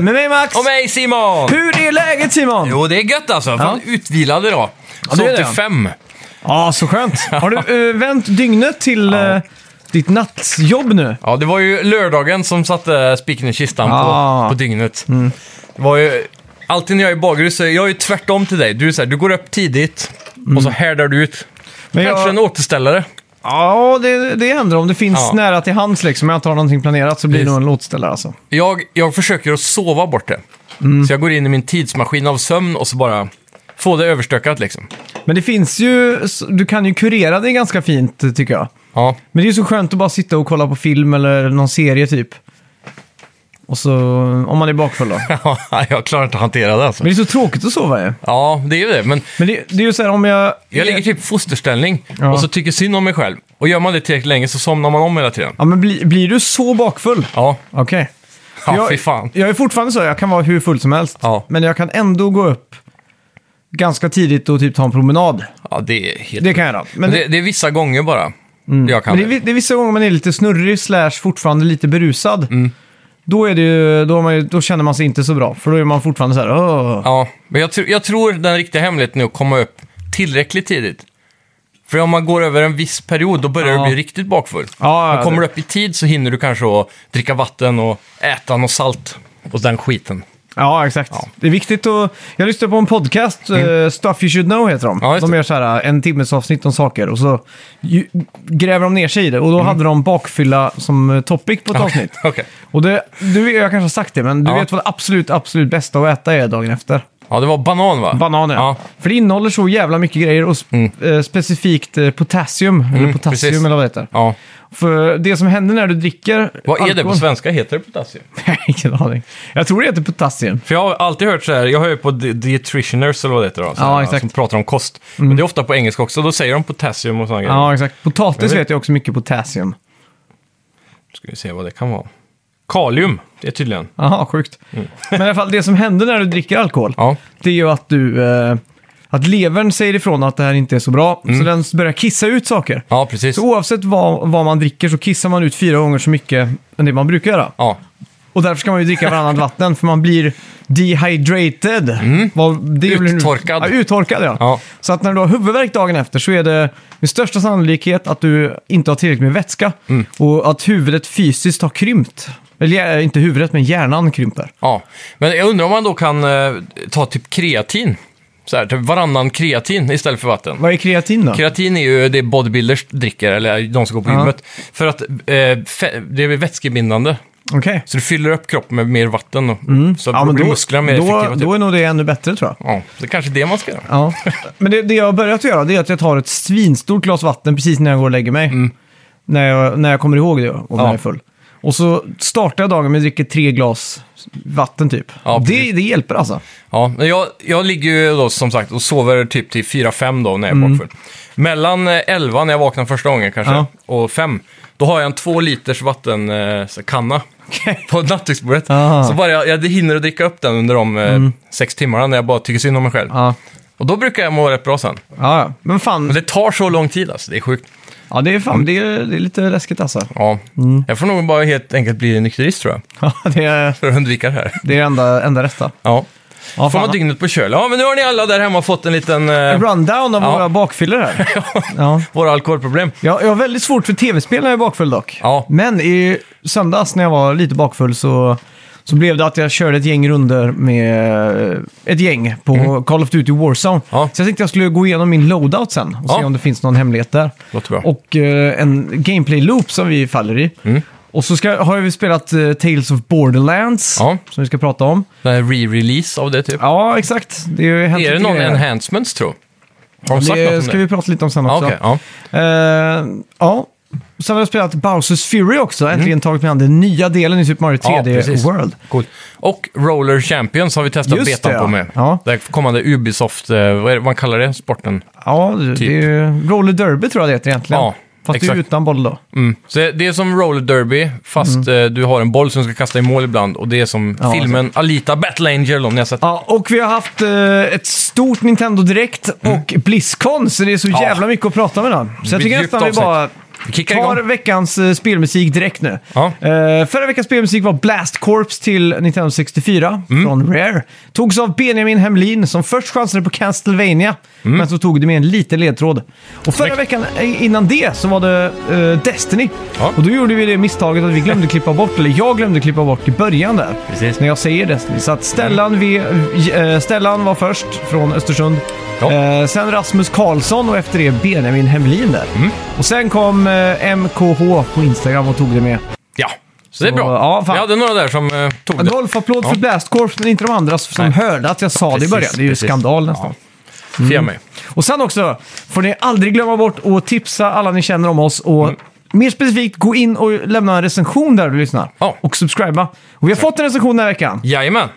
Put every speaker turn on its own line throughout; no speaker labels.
Med mig Max!
Och mig Simon!
Hur är läget Simon?
Jo, det är gött alltså. Fan, utvilad idag.
det är
Sov
det.
till fem.
Ja, så skönt. Har du eh, vänt dygnet till eh, ditt nattjobb nu?
Ja, det var ju lördagen som satte spiken i kistan
Ah.
på, på dygnet.
Mm.
Det var ju... Alltid när jag är i bagrus så är jag ju tvärtom till dig. Du, är så här, du går upp tidigt och så härdar du ut.
Mm. Men jag-
Kanske en återställare.
Ja, det, det händer. Om det finns
Ja.
nära till hands liksom. Om jag inte har någonting planerat så blir det
Precis.
nog en låtställare alltså.
Jag, jag försöker att sova bort det.
Mm.
Så jag går in i min tidsmaskin av sömn och så bara får det överstökat liksom.
Men det finns ju, s- du kan ju kurera det ganska fint eh, tycker jag.
Ja.
Men det är ju så skönt att bara sitta och kolla på film eller någon serie typ. Och så, om man är bakfull då.
jag klarar inte att hantera det alltså.
Men det är så tråkigt att sova ju.
Ja, det är ju det. Men
Men det, det är ju så här om jag...
jag ligger typ i fosterställning
Ja.
och så tycker synd om mig själv. Och gör man det tillräckligt länge så somnar man om hela tiden.
Ja, men bli, blir du så bakfull?
Ja,
Okej.
ja
jag,
fy fan.
jag är fortfarande så, jag kan vara hur full som helst.
Ja.
Men jag kan ändå gå upp ganska tidigt och typ ta en promenad.
Ja, det är helt...
Det kan jag göra. Men,
Men
det,
det, det är vissa gånger bara jag kan
men det, är,
det.
vi- det är vissa gånger man är lite snurrig slash fortfarande lite berusad.
Mm.
Då, är det ju, då, har man ju, då känner man sig inte så bra, för då är man fortfarande så här... "Åh."
Ja, men jag, tr- jag tror den riktiga hemligheten är att komma upp tillräckligt tidigt. För om man går över en viss period, då börjar
Ja.
du bli riktigt bakfull.
Ja, ja,
Men kommer
det-
du upp i tid så hinner du kanske att dricka vatten och äta något salt och den skiten.
Ja, exakt. Det är viktigt att... Jag lyssnade på en podcast, eh, Stuff You Should Know heter de.
Mm. Ja, just
de
det.
gör så här eh, en timmes avsnitt om saker och så ju, gräver de ner sig i det. Och då
Mm.
hade de bakfylla som eh, topic på ett avsnitt.
Okej.
Och det, du, jag kanske har sagt det, men du
Ja.
vet vad det absolut, absolut bästa att äta är dagen efter?
Ja, det var banan va?
Bananer.
Ja. Mm.
För det innehåller så jävla mycket grejer och sp- eh, specifikt eh, potassium, eller potassium
precis.
eller vad det heter.
ja.
För det som händer när du dricker...
Vad är det på
alkohol-
svenska? Heter det potassium?
Ingen aning. Jag tror det heter potassium.
För jag har alltid hört så här, jag hör ju på di- dietitianers eller vad det heter då, så
Ja,
här,
exakt. Mm.
som pratar om kost. Men det är ofta på engelska också, då säger de potassium och sådana grejer.
Ja, exakt. Potatis
Men det-
vet jag också mycket potassium.
Ska vi se vad det kan vara. Kalium, det är tydligen.
Jaha, sjukt. Men i alla fall, det som händer när du dricker alkohol,
Mm. Ja,
det är ju att du... Eh, att levern säger ifrån att det här inte är så bra,
Mm.
så den börjar kissa ut saker.
ja precis.
Så oavsett vad, vad man dricker så kissar man ut fyra gånger så mycket än det man brukar göra.
Ja,
Och därför ska man ju dricka varannat vatten, för man blir dehydrated. Vad- det är väl-
Mm. Uttorkad.
Ja, uttorkad ja.
Ja.
Så att när du har huvudvärk dagen efter så är det med största sannolikhet att du inte har tillräckligt med vätska.
Mm.
Och att huvudet fysiskt har krympt. Eller eh, inte huvudet, men hjärnan krymper.
ja. Men jag undrar om man då kan eh, ta typ kreatin. Så här, typ varannan kreatin istället för vatten.
Vad är kreatin då?
Kreatin är ju det bodybuilders dricker, eller de som går på
Ja.
gymmet. För att eh, fe- det är vätskebindande.
Okej.
Så du fyller upp kroppen med mer vatten och, så
Mm. Ja, men
blir
då,
musklerna mer
då,
effektiva. Typ.
då är nog det ännu bättre tror jag.
Ja, det är kanske är det man ska göra.
Ja. Men det, det jag har börjat göra det är att jag tar ett svinstort glas vatten precis när jag går och lägger mig. När, jag, när jag kommer ihåg det och när
Mm. Ja.
jag är full. Och så startar jag dagen med att dricka tre glas vatten typ.
Ja,
det, det hjälper alltså.
Ja, men jag, jag ligger ju då som sagt och sover typ till 4-5 då när jag är bakfull. Mellan eh, 11 när jag vaknar första gången kanske
Mm. Ja.
och 5, då har jag en 2 liters eh, vattenkanna
Okej.
på nattduksbordet.
Aha. Mm.
Så bara jag, jag hinner att dricka upp den under de 6 timmarna när jag bara tycker synd om mig själv.
Ja.
Och då brukar jag må rätt bra sen.
Ja, ja. men fan.
Men det tar så lång tid alltså, det är sjukt.
Ja, det är fan, det är, det är lite läskigt alltså.
Ja. Jag får nog bara helt enkelt bli nykterist tror jag,
Ja, det är
för att undvika det här.
det är det enda, enda rätta.
Ja.
Ja,
Får man
fan.
dygnet på köl. Ja, men nu har ni alla där hemma fått en liten... Eh,
Rundown av
Ja.
våra bakfyllor här. ja.
våra alkoholproblem.
Jag, jag har väldigt svårt för tv-spel när jag är bakfull dock.
Ja.
Men i söndags när jag var lite bakfull så, så blev det att jag körde ett gäng runder med eh, ett gäng på Call of Duty Warzone.
Mhm. Ja.
Så jag tänkte jag skulle gå igenom min loadout sen och se
Ja.
om det finns någon hemlighet där.
Låter bra.
Och eh, en gameplay-loop som vi faller i.
Mm.
Och så ska, har vi spelat eh, Tales of Borderlands,
Ja.
som vi ska prata om.
Den här re-release av det typ.
Ja, exakt. Det har ju hänt
är det
lite
någon
grejer.
enhancements tro? Har de sagt något
Det
om
ska
det?
vi prata lite om sen
Ja,
också.
okej, ja.
Eh, ja. Sen har jag spelat Bowsers Fury också. Äntligen tagit mig an den nya delen i Super Mario 3D
Mm. precis.
World.
Coolt. Och Roller Champions har vi testat
Just
betan
det, ja.
på med.
Ja.
Det här kommande Ubisoft, eh, vad, är det, vad kallar det sporten?
Ja, det,
Typ.
det är ju Roller Derby tror jag det heter egentligen.
Ja,
Fast det är
exakt.
ju utan boll då.
Mm. Så det- det är som roller derby, fast eh, du har en boll som du ska kasta i mål ibland. Och det är som
Mm. Ja, alltså.
filmen Alita Battle Angel, om ni har sett.
Ja, och vi har haft eh, ett stort Nintendo Direkt och Blizzcon, så det är så
Mm. Ja.
jävla mycket att prata med då. Så jag
blir
tycker
djupt
nästan vi
avsnitt.
bara
Vi kickar
tar
igång.
veckans eh, spelmusik direkt nu.
Ja.
Eh, förra veckans spelmusik var Blast Corps till 1964
Mm.
från Rare. Togs av Benjamin Hemlin som först chansade på Castlevania,
Mm.
men så tog det med en liten ledtråd. Och förra veckan eh, innan det så var det eh, Destiny.
Ja.
Och då gjorde vi det misstaget att vi glömde klippa bort, eller jag glömde klippa bort i början där.
Precis.
När jag säger Destiny. Så att
Mm.
Stellan, vi, eh, Stellan var först från Östersund.
Ja.
Eh, sen Rasmus Karlsson och efter det Benjamin Hemlin där.
Mm.
Och sen kom eh, MKH på Instagram och tog det med.
Ja, så det är
Så,
bra.
ja, fan.
Vi hade några där som eh, tog det.
Golfapplåd för Blast Corps, men inte de andra som
Nej.
hörde att jag sa det i
Precis,
början. Det är ju
precis.
skandal nästan. Mm.
Fia mig.
Och sen också, får ni aldrig glömma bort att tipsa alla ni känner om oss och
Mm.
mer specifikt gå in och lämna en recension där du lyssnar.
Ja.
Och subscriba. Och vi har fått en recension den här veckan.
Jajamän.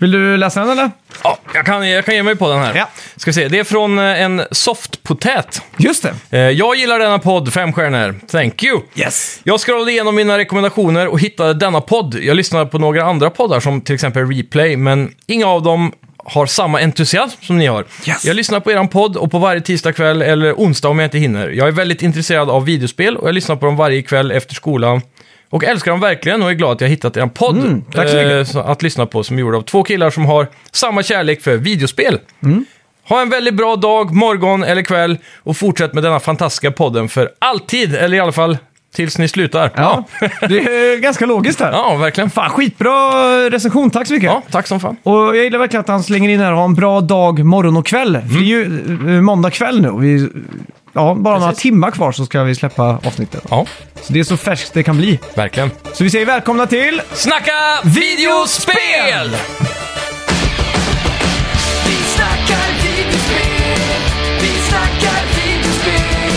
Vill du läsa den eller?
Ja, jag, kan, jag kan ge mig på den här.
Ja.
Ska se, det är från eh, en softpotät.
Just det.
Eh, Jag gillar denna podd, fem stjärnor. Thank you!
Yes.
Jag scrollade igenom mina rekommendationer och hittade denna podd. Jag lyssnade på några andra poddar som till exempel Replay, men inga av dem har samma entusiasm som ni har.
Yes.
Jag lyssnar på eran podd och på varje tisdag kväll eller onsdag om jag inte hinner. Jag är väldigt intresserad av videospel och jag lyssnar på dem varje kväll efter skolan. Och älskar dem verkligen och är glad att jag hittat eran podd
Mm, tack så mycket.
eh, så- att lyssna på som är gjord av två killar som har samma kärlek för videospel. Ha en väldigt bra dag, morgon eller kväll och fortsätt med denna fantastiska podden för alltid, eller i alla fall tills ni slutar.
Ja, det är ganska logiskt här.
Ja, verkligen. Fan.
Fan, skitbra recension, tack så mycket.
Ja, tack som fan.
Och jag gillar verkligen att han slänger in här och ha en bra dag, morgon och kväll. För det är ju eh, måndag kväll nu. och Vi, ja, bara några
Precis.
timmar kvar så ska vi släppa avsnittet.
Ja,
Så det är så färskt det kan bli.
verkligen.
Så vi säger välkomna till...
Snacka videospel!
Vi snackar videospel, vi snackar videospel,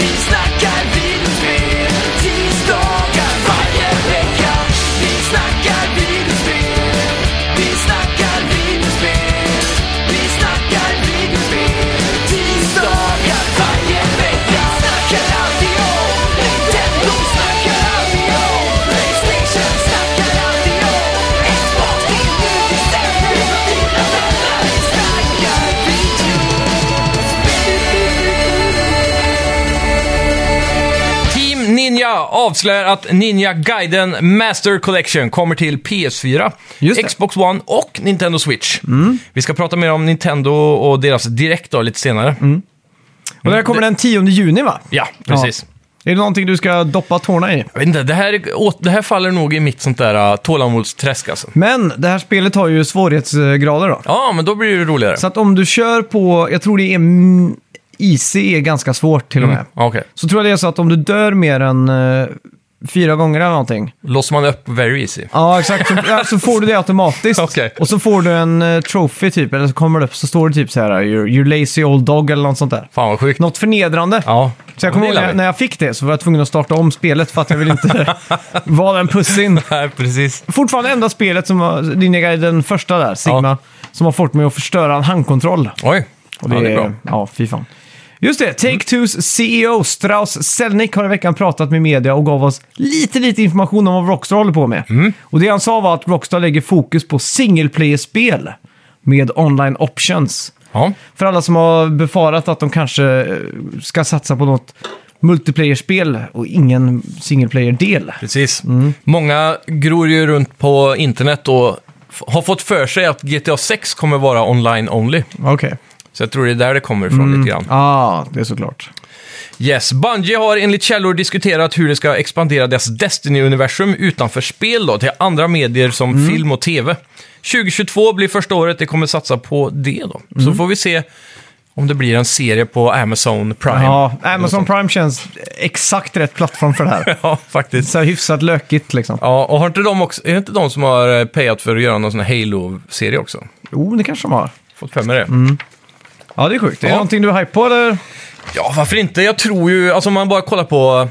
vi snackar videospel, tisdagar varje vecka. Vi snackar videospel, vi snackar videospel, vi snackar videospel, tisdagar varje vecka. Snackar alltid om Nintendo, snackar alltid om Playstation, snackar alltid om Xbox, det är nu vi sänder, vi vänner, vi snackar video.
Team Ninja avslöjar att Ninja Gaiden Master Collection kommer till PS4,
Just det. Mm.
Xbox One och Nintendo Switch. Vi ska prata mer om Nintendo och deras direkt då, lite senare.
Mm. Och det här kommer den 10 juni va?
Mm, Ja, precis.
Är det någonting du ska doppa tårna i?
Jag vet inte, det här, är- åt- det här faller nog i mitt sånt där uh, tålamodsträsk alltså.
Men det här spelet har ju svårighetsgrader då.
Ja, men då blir det roligare.
Så att om du kör på, jag tror det är mm, IC är ganska svårt till och med.
Ja, Okej.
Så tror jag det är så att om du dör mer än eh, fyra gånger eller någonting.
Låser man upp very easy.
Ja, exakt. Så, ja, så får du det automatiskt.
Okej.
Och så får du en eh, trophy typ, eller så kommer det upp så står det typ så här you're, you're lazy old dog eller något sånt där.
Fan vad sjukt.
Något förnedrande.
Ja.
Så jag
Men
kommer
det
ihåg
gillar
när,
vi.
när jag fick det så var jag tvungen att starta om spelet för att jag ville inte vara den pussin.
Nej, precis.
Fortfarande enda spelet som var, Ninja Gaiden, den första där, Sigma, som har fått mig att förstöra en handkontroll.
Oj.
Och det,
ja, det är bra.
Ja, fy fan. Just det, Take-Two's CEO E Strauss Selnick har i veckan pratat med media och gav oss lite, lite information om vad Rockstar håller på med.
Mm.
Och det han sa var att Rockstar lägger fokus på single player-spel med online options.
Ja.
För alla som har befarat att de kanske eh, ska satsa på något multiplayer-spel och ingen single player-del.
Precis.
Mm.
Många gror ju runt på internet och f- har fått för sig att GTA 6 kommer vara online only.
Okej.
Så jag tror det är där det kommer ifrån lite grann.
Ah, det är såklart.
Yes, Bungie har enligt källor diskuterat hur det ska expandera deras Destiny-universum utanför spel då, till andra medier som film och tv. 2022 blir första året det kommer satsa på det då. Så får vi se om det blir en serie på Amazon Prime.
Ja, Amazon Prime känns exakt rätt plattform för det här.
Ja, faktiskt.
Så här hyfsat lökigt liksom.
Ja, och har inte de också, är det inte de som har eh, payat för att göra någon sån här Halo-serie också?
Jo, det kanske de har.
Fått för mig det.
Ja, det är sjukt. Är det
Ja.
någonting du är hype på eller?
Ja, varför inte? Jag tror ju, alltså om man bara kollar på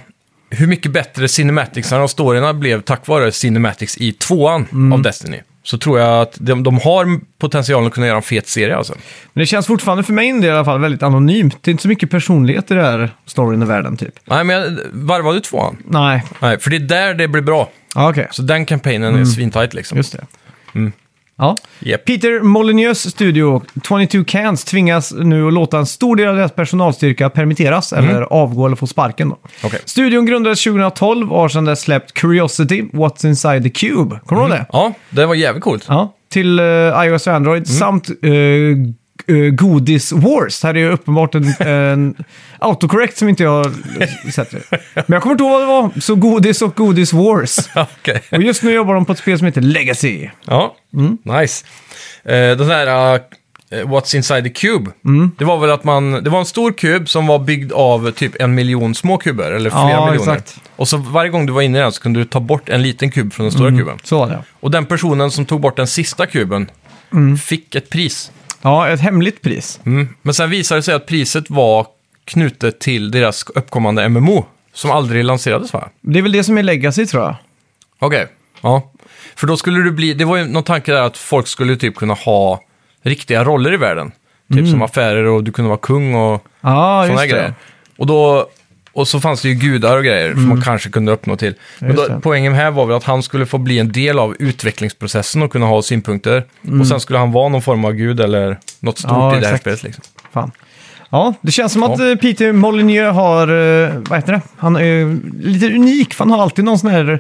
hur mycket bättre cinematicsen och storyna blev tack vare cinematics i tvåan av Destiny. Så tror jag att de, de har potentialen att kunna göra en fet serie alltså.
Men det känns fortfarande för mig en del i alla fall väldigt anonymt. Det är inte så mycket personlighet i det här storyn i världen typ.
Nej, men jag- varvar du tvåan?
Nej,
Nej, för det är där det blir bra.
ja, okej.
Så den kampanjen är svintajt liksom.
Just det. Ja.
Japp.
Peter Molyneux studio, 22 Cans, tvingas nu att låta en stor del av deras personalstyrka permitteras eller avgå eller få sparken. Då.
Mm. Okej.
Studion grundades 2012 och har sedan dess släppt Curiosity, What's Inside the Cube. Kommer
Mm.
du ihåg det?
Ja, det var jävligt coolt.
Ja, till eh, iOS och Android
Mm.
samt eh, g- eh, Godis Wars. Här är ju uppenbart en, en autocorrect som inte jag har sett. Men jag kommer inte ihåg vad det var. Så Godis och Godis Wars.
Okej.
Och just nu jobbar de på ett spel som heter Legacy.
Ja,
Mm.
nice. Eh, den här eh, What's Inside the Cube,
Mm.
det var väl att man, det var en stor kub som var byggd av typ en miljon små kuber, eller flera
Ja,
miljoner.
exakt.
Och så varje gång du var inne i den så kunde du ta bort en liten kub från den stora kuben.
Så var det.
Och den personen som tog bort den sista kuben
Mm.
fick ett pris.
Ja, ett hemligt pris.
Mm. Men sen visade det sig att priset var knutet till deras uppkommande MMO, som aldrig lanserades va?
Det är väl det som är Legacy tror jag.
Okej. Ja. För då skulle du bli, det var ju någon tanke där att folk skulle typ kunna ha riktiga roller i världen. Typ som affärer och du kunde vara kung och
Mm. Ja,
sådana
just
grejer.
det.
Och, då, och så fanns det ju gudar och grejer som man kanske kunde uppnå till. Men
Mm. just
då,
det.
poängen här var väl att han skulle få bli en del av utvecklingsprocessen och kunna ha synpunkter. Och sen skulle han vara någon form av gud eller något stort
Mm. Ja,
i det här
exakt.
spelet. Liksom.
Fan. Ja, det känns som att eh, Peter Molyneux har, eh, vad heter det, han är lite unik för han har alltid någon sån här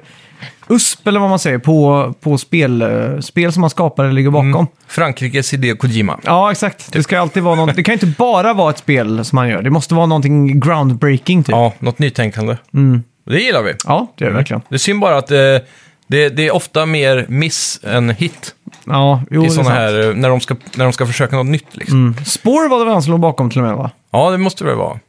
USP eller vad man säger på, på spel, eh, spel som han skapar eller ligger bakom.
Mm. Frankrikes idé Kojima.
Ja, exakt. Det ska alltid vara något, det kan ju inte bara vara ett spel som han gör, det måste vara någonting groundbreaking typ. Ja,
Ja, något nytänkande.
Mm.
Det gillar vi.
det är det verkligen.
Det är synd bara att eh, det, det är ofta mer miss än hit
Ja, jo, det
i
är
sådana
sant.
här, eh, när de, ska, när de ska försöka något nytt. Liksom.
Mm. Spore var det väl han som låg bakom till och med va?
Ja, det måste det vara.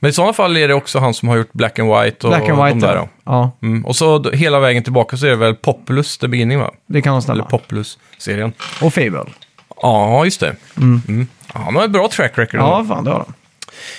Men i sådana fall är det också han som har gjort Black and White och
Mm. Black and White.
de där.
ja.
Ja.
ja,
Mm. Och så d- hela vägen tillbaka så är det väl Populus The Beginning, va?
det kan nog
Eller
stämma.
Populus-serien.
Och Fable.
Ja, just det. Mm. Ja, han har ett bra track record. ändå.
Ja, fan det har de.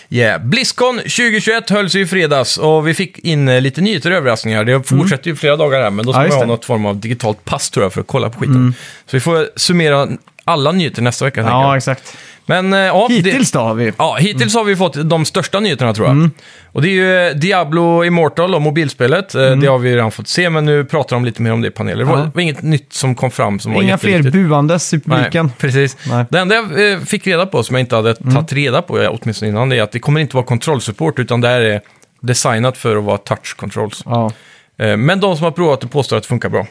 Yeah. Blizzcon 2021 hölls ju i fredags och vi fick in eh, lite nyheter och överraskningar. Det fortsätter ju flera dagar här, men då ska
Ja,
vi
just
ha
det. Mm.
något form av digitalt pass tror jag för att kolla på skiten. Så vi får summera alla nyheter nästa vecka. tänker
Ja,
jag.
exakt.
Men eh, ja,
Hittills Mm.
Det,
då har vi
ja, hittills har vi fått de största nyheterna tror jag. Och det är ju eh, Diablo Immortal och mobilspelet. Eh, Det har vi redan fått se, men nu pratar de lite mer om det i paneler. Det var,
Mm. Ja.
det var inget nytt som kom fram som var
Inga fler
jätteviktigt.
buandes i publiken.
Nej, precis.
Nej. Mm.
Det enda jag eh, fick reda på, som jag inte hade tagit reda på eh, åtminstone innan, det är att det kommer inte vara kontrollsupport, utan det här är designat för att vara touch controls.
Ja,
Eh, Men de som har provat det påstår att det funkar bra.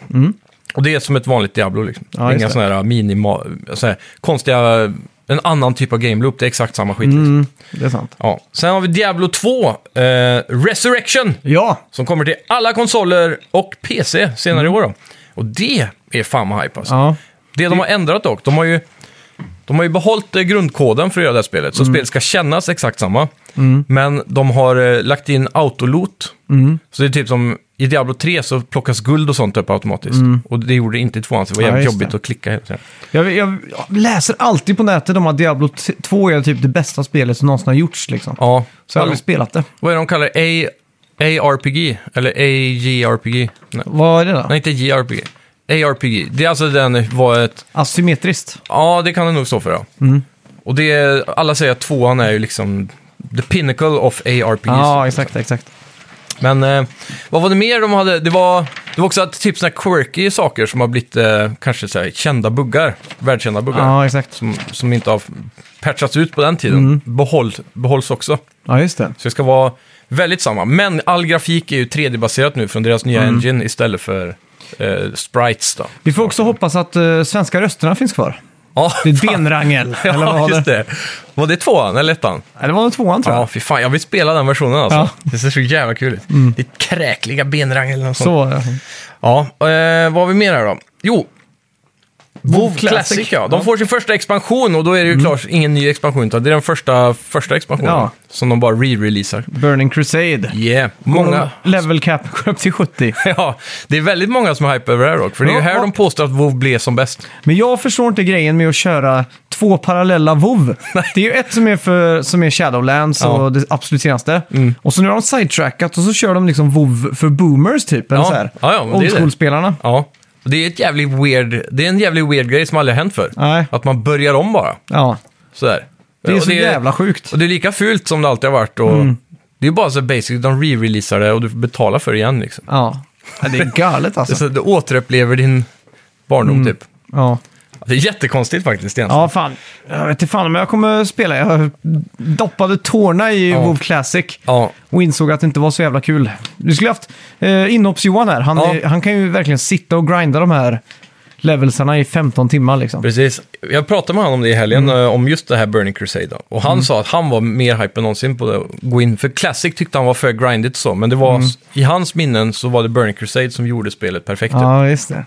Och det är som ett vanligt Diablo, liksom.
Mm. Ja, just
Inga
det.
sådana här minima, så här, konstiga, en annan typ av game loop, det är exakt samma skit. Liksom.
mm, det är sant.
Ja. Sen har vi Diablo 2, eh, Resurrection,
Ja,
som kommer till alla konsoler och PC
Mm.
senare i år. Då. Och det är fan vad hype alltså.
ja.
Det de har ändrat dock, de har ju, de har ju behållit eh, grundkoden för att göra det här spelet. Så
Mm.
spelet ska kännas exakt samma. Men de har eh, lagt in autoloot.
Mm.
Så det är typ som i Diablo 3 så plockas guld och sånt upp automatiskt. Och det gjorde det inte i tvåan, så det var
Mm. Ja,
jävligt
just
jobbigt
det.
att klicka hela tiden.
Jag, jag, jag läser alltid på nätet om att Diablo t- 2 är typ det bästa spelet som någonsin har gjorts. Liksom.
Ja,
Så jag har aldrig spelat det.
vad är det de kallar det? A- ARPG? Eller AJRPG? Nej.
Vad är det då?
Nej, inte JRPG. ARPG. Det är alltså den var ett...
Asymmetriskt.
Ja, det kan det nog stå för. Ja.
Mm.
Och det, alla säger att tvåan är ju liksom the pinnacle of ARPG.
Ja, exakt, exakt.
Men eh, vad var det mer de hade? Det var, det var också att typ såna här quirky saker som har blivit eh, kanske så här, kända buggar, världskända buggar,
Ja, Mm. exakt.
som, som inte har patchats ut på den tiden, Behåll, behålls också.
Ja, just det.
Så det ska vara väldigt samma. Men all grafik är ju 3D-baserat nu från deras nya
Mm.
engine istället för eh, sprites. Då.
Vi får också hoppas att eh, svenska rösterna finns kvar.
Ja,
Det är benrangel. eller vad
ja
var
just
det?
det. Var det tvåan eller ettan?
Nej, det var nog tvåan tror jag.
Ja, fy fan, jag vill spela den versionen alltså.
Ja. Mm.
Det ser så jävla kul ut. Ditt kräkliga benrang eller något sånt.
Så var det.
Ja, eh, vad har vi mer här då? Jo, WoW Classic.
Classic,
ja. De
ja. Mm.
får sin första expansion och då är det ju klart ingen ny expansion utan det är den första, första expansionen
Ja.
som de bara re-releasar.
Burning Crusade.
Yeah, många...
Level cap upp till 70.
Ja, det är väldigt många som är hype över det här dock, för det är ju
Ja,
här
ja.
de påstår att WoW blev som bäst.
Men jag förstår inte grejen med att köra två parallella WoW. Det är ju ett som är, för, som är Shadowlands
Ja. Mm.
och det absolut senaste. Och så nu har de sidetrackat och så kör de liksom WoW för boomers typ. Eller
Ja.
så här.
Ja, ja, men det är
Old
det.
school-spelarna.
Ja, och det är, ett jävligt weird, det är en jävligt weird grej som aldrig har hänt förr.
Nej.
Att man börjar om bara,
Ja,
sådär.
det är
Och
så jävla sjukt.
Och det är lika fult som det alltid har varit. Och
Mm.
Det är bara så basic, de re-releasar det och du får betala för det igen liksom.
Ja. ja, det är galet
Det, är
alltså.
så, det återupplever din barndom typ.
Ja.
Det är jättekonstigt faktiskt egentligen.
Mm. Ja, fan. Jag vet inte fan om jag kommer spela. Jag doppade tårna i WoW Classic
Ja.
och insåg att det inte var så jävla kul. Du skulle haft eh, inhopps-Johan här. Han,
Ja.
är, han kan ju verkligen sitta och grinda de här levelsarna i 15 timmar liksom.
Precis. Jag pratade med honom om det i helgen,
Mm.
eh, om just det här Burning Crusade. då. Och han sa att han var mer hype än någonsin på det, att gå in. För Classic tyckte han var för grindigt så, men det var,
Mm.
i hans minnen så var det Burning Crusade som gjorde spelet perfekt. typ.
Ja, just det.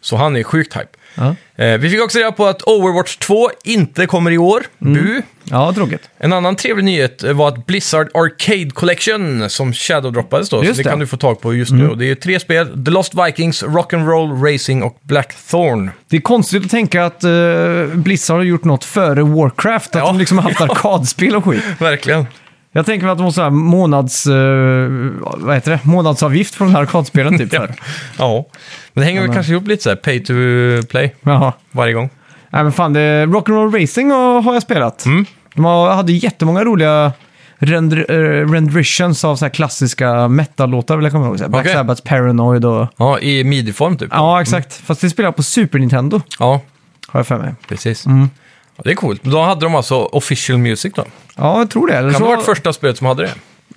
Så han är sjukt hype.
Ja,
Eh, vi fick också reda på att Overwatch 2 inte kommer i år.
Mm.
Bu!
ja tråkigt.
En annan trevlig nyhet eh, var att Blizzard Arcade Collection, som Shadow-droppades då,
Just
så det,
det. Mm.
kan du få tag på just nu. Och det är ju tre spel, The Lost Vikings, Rock'n'Roll Racing och Blackthorn.
Det är konstigt att tänka att eh, Blizzard har gjort något före Warcraft. Att
Ja.
de liksom har haft arkadspel och skit.
Verkligen.
Jag tänker mig att de har så här månads, eh, vad heter det? månadsavgift på de här arkadspelen typ.
Ja.
För.
ja. Men det hänger väl kanske ihop lite så här, pay to play
Jaha.
varje gång.
Nej men fan, det, Rock'n'Roll Racing har har jag spelat.
Mm.
De har, hade jättemånga roliga render, eh, renditions av så här klassiska metal-låtar vill jag komma ihåg. Så här, Black
Okej.
Sabbath, Paranoid och...
Ja, i midi-form typ.
Ja, exakt. Fast det spelar jag på Super Nintendo,
Ja,
har jag för mig.
precis.
Mm.
Ja, det är coolt. Då hade de alltså official music då.
Ja, jag tror det. Eller,
Kan det ha varit
så,
första spelet som hade det?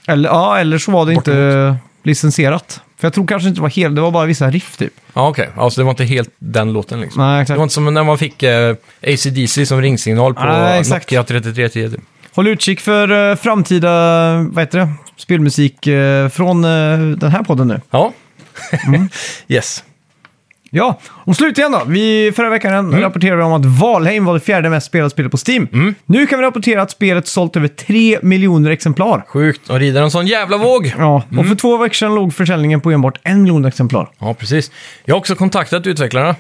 eller, ja, eller så var det inte licensierat. För jag tror kanske inte det var helt, det var bara vissa riff typ.
Ja, okej. Alltså det var inte helt den låten liksom.
Nej,
Det
exakt.
var inte som när man fick eh, AC/DC som ringsignal på
Nej, exakt.
Nokia 3310. typ.
Håll utkik för eh, framtida, vad heter det, spelmusik eh, från eh, den här podden nu.
Ja. yes.
Ja, och slutligen då. Vi, förra veckan rapporterade vi om att Valheim var det fjärde mest spelade spelet på Steam. Nu kan vi rapportera att spelet sålt över 3 miljoner exemplar. Mm.
Sjukt. Och rider en sån jävla våg.
Ja, och för två veckor sedan låg försäljningen på enbart en miljon exemplar.
Ja, precis. Jag har också kontaktat utvecklarna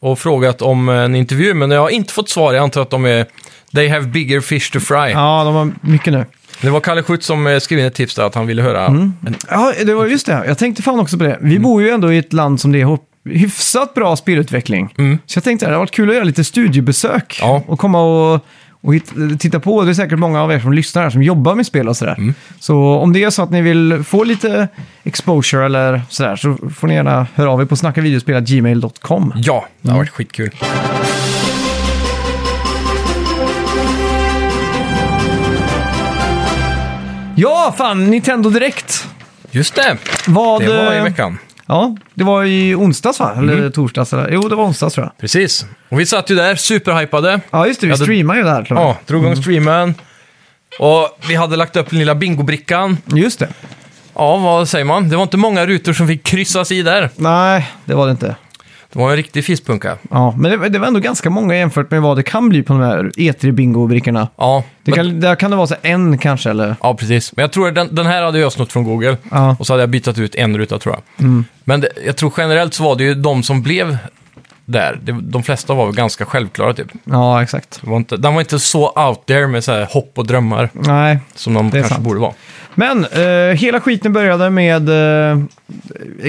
och frågat om en intervju, men jag har inte fått svar. Jag antar att de är... They have bigger fish to fry.
Ja, de har mycket nu.
Det var Kalle Schütz som eh, skrev in ett tips där att han ville höra.
Mm.
En,
Ja, det var just det. Jag tänkte fan också på det. Vi
Mm.
bor ju ändå i ett land som det är hop- hyfsat bra spelutveckling. Så jag tänkte att det hade varit kul att göra lite studiebesök
Mm. Ja.
och komma och, och hit, titta på. Det är säkert många av er som lyssnar här som jobbar med spel och sådär.
Mm.
Så om det är så att ni vill få lite exposure eller sådär så får ni gärna höra av er på snackavideospel.gmail.com.
ja, det har
Mm.
varit skitkul.
Ja, fan! Nintendo Direkt! Just
Det,
Vad,
det var i
eh,
veckan. Mm.
Ja, det var i onsdags va? Eller torsdags? Eller? Jo, det var onsdags tror jag.
Precis. Och vi satt ju där, superhypade.
Ja, just det. Vi
Ja, det-
streamar ju där. till och med.
Ja, drog
Mm.
igång streamen. Och vi hade lagt upp den lilla bingobrickan.
Just det.
Ja, vad säger man? Det var inte många rutor som fick kryssas i där.
Nej, det var det inte.
Det var en riktig fiskpunka.
Ja, men det, det var ändå ganska många jämfört med vad det kan bli på de här E3-bingo-brickorna.
Ja,
Det
men-
kan, där kan det vara så en kanske, eller?
ja, precis. Men jag tror att den, den här hade jag snott från Google.
Ja. Mm.
Och så hade jag bytt ut en ruta tror jag. Men det, jag tror generellt så var det ju de som blev där. Det, de flesta var väl ganska självklara typ.
Ja, exakt.
Det var inte, den var inte så out there med så här hopp och drömmar
Nej.
som de
Det är
kanske
sant.
borde vara.
Men eh, hela skiten började med eh,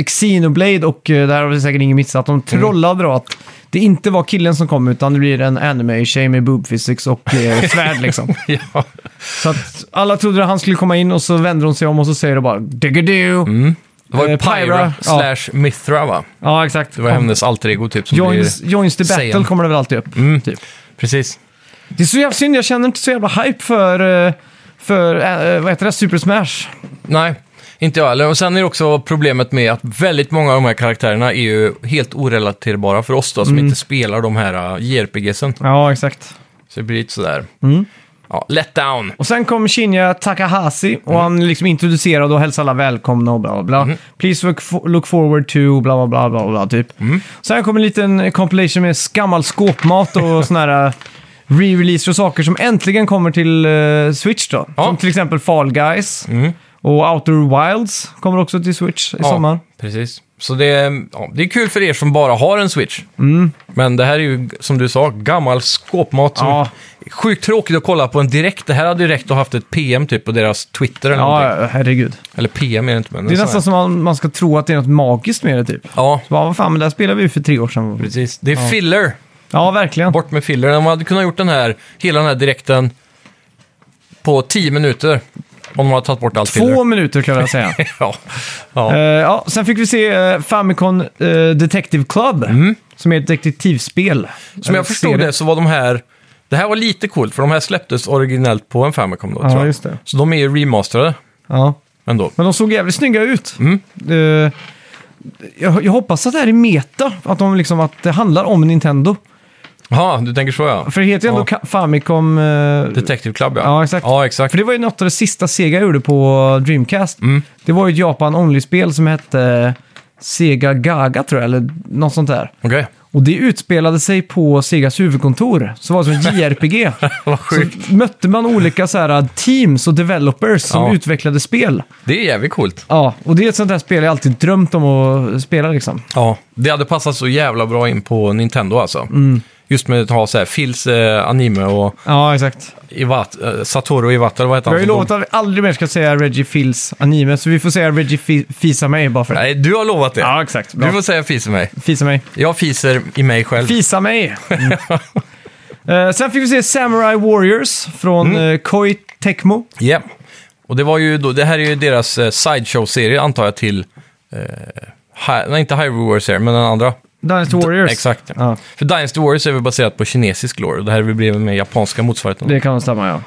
Xenoblade och eh, där har vi säkert ingen missat.
Mm.
De trollade då att det inte var killen som kom utan det blir en anime-tjej med boob physics och eh, svärd liksom.
ja.
Så att alla trodde att han skulle komma in och så vänder hon sig om och så säger det bara diggadoo.
Mm. Det var ju
Eh,
Pyra,
Pyra, ja.
slash Mithra va?
Ja, exakt.
Det var hennes alter ego typ som
Joins,
blir...
joins the battle
Saiyan.
kommer det väl alltid upp.
Mm.
Typ.
Precis.
Det är så jävla synd, jag känner inte så jävla hype för, eh, för eh, vad heter det, Super Smash.
Nej, inte jag heller. Och sen är det också problemet med att väldigt många av de här karaktärerna är ju helt orelaterbara för oss då,
Mm.
som inte spelar de här uh, JRPGsen.
Ja, exakt.
Så det blir lite sådär,
Mm.
ja, let down.
Och sen kom Shinya Takahashi och han liksom introducerade och hälsade alla välkomna och bla bla bla. Please look, fo- look forward to bla bla bla bla bla typ. Sen kom en liten compilation med gammal skåpmat och såna här eh, re-releaser och saker som äntligen kommer till eh, Switch då.
Ja.
Som till exempel Fall Guys och Outer Wilds kommer också till Switch i sommar.
Ja, precis. Så det, är- ja, det är kul för er som bara har en Switch.
Mm.
Men det här är ju, som du sa, gammal skåpmat som
Ja.
är sjukt tråkigt att kolla på en direkt. Det här hade ju räckt att haft ett PM typ på deras Twitter eller någonting.
Ja, herregud.
Eller PM är det inte, men
Det är
en sån
nästan
här.
som man, man ska tro att det är något magiskt med det typ.
Ja,
Så bara, vad fan, men det här spelade vi ju för tre år sedan.
precis. Det är filler.
Ja, verkligen.
Bort med filler. De hade kunnat gjort den här, hela den här direkten på 10 minuter. Om de hade tagit bort allt
Två
filler.
minuter kan jag säga.
ja. Ja.
Eh, ja, sen fick vi se eh, Famicom eh, Detective Club. Som är ett detektivspel.
Mm.
Eh,
Som jag förstod det så var de här... Det här var lite coolt, för de här släpptes originellt på en Famicom då,
Ja,
tror jag.
just det.
Så de är ju remasterade
Ja.
ändå.
Men de såg jävligt snygga ut.
Mm.
Eh, jag, jag hoppas att det här är meta, att, de liksom, att det handlar om Nintendo.
Ja, du tänker så ja.
För det heter ju ändå
Ja.
Ka- Famicom... eh,
Detective Club ja.
Ja, exakt.
Ja, exakt.
för det var ju något av det sista Sega gjorde på Dreamcast.
Mm.
Det var ju ett Japan Only-spel som hette eh, Sega Gaga tror jag, eller något sånt där.
Okej.
Och det utspelade sig på Segas huvudkontor, så var det som ett JRPG.
Vad
så
sjukt.
mötte man olika så här, eh, teams och developers som
Ja.
utvecklade spel.
Det är jävligt coolt.
Ja, och det är ett sånt där spel jag alltid drömt om att spela liksom.
Ja, det hade passat så jävla bra in på Nintendo alltså.
Mm.
Just med att ha så här Phils eh, anime och
Ja, exakt.
Iwata, eh, Satoru Iwata, eller vad heter
Jag
han?
har ju lovat
som kom?
att vi aldrig mer ska säga Reggie Fils anime, så vi får säga Reggie fi Fisa mig bara för det.
Nej, du har lovat det.
Ja, exakt. Bra.
du får säga fis i mig.
Fisa mig.
Jag fiser i mig själv.
Fisa mig!
Mm.
Eh, sen fick vi se Samurai Warriors från
Mm.
eh, Koei Tecmo.
Ja. Och det var ju då, det här är ju deras eh, sideshow-serie antar jag till, eh, Hi- nej inte Hyrule Warriors här, men den andra.
Dynasty Warriors.
Exakt.
Ja,
För Dynasty Warriors är väl baserat på kinesisk lore och det här är väl bredvid med japanska motsvarigheten.
det kan stämma ja.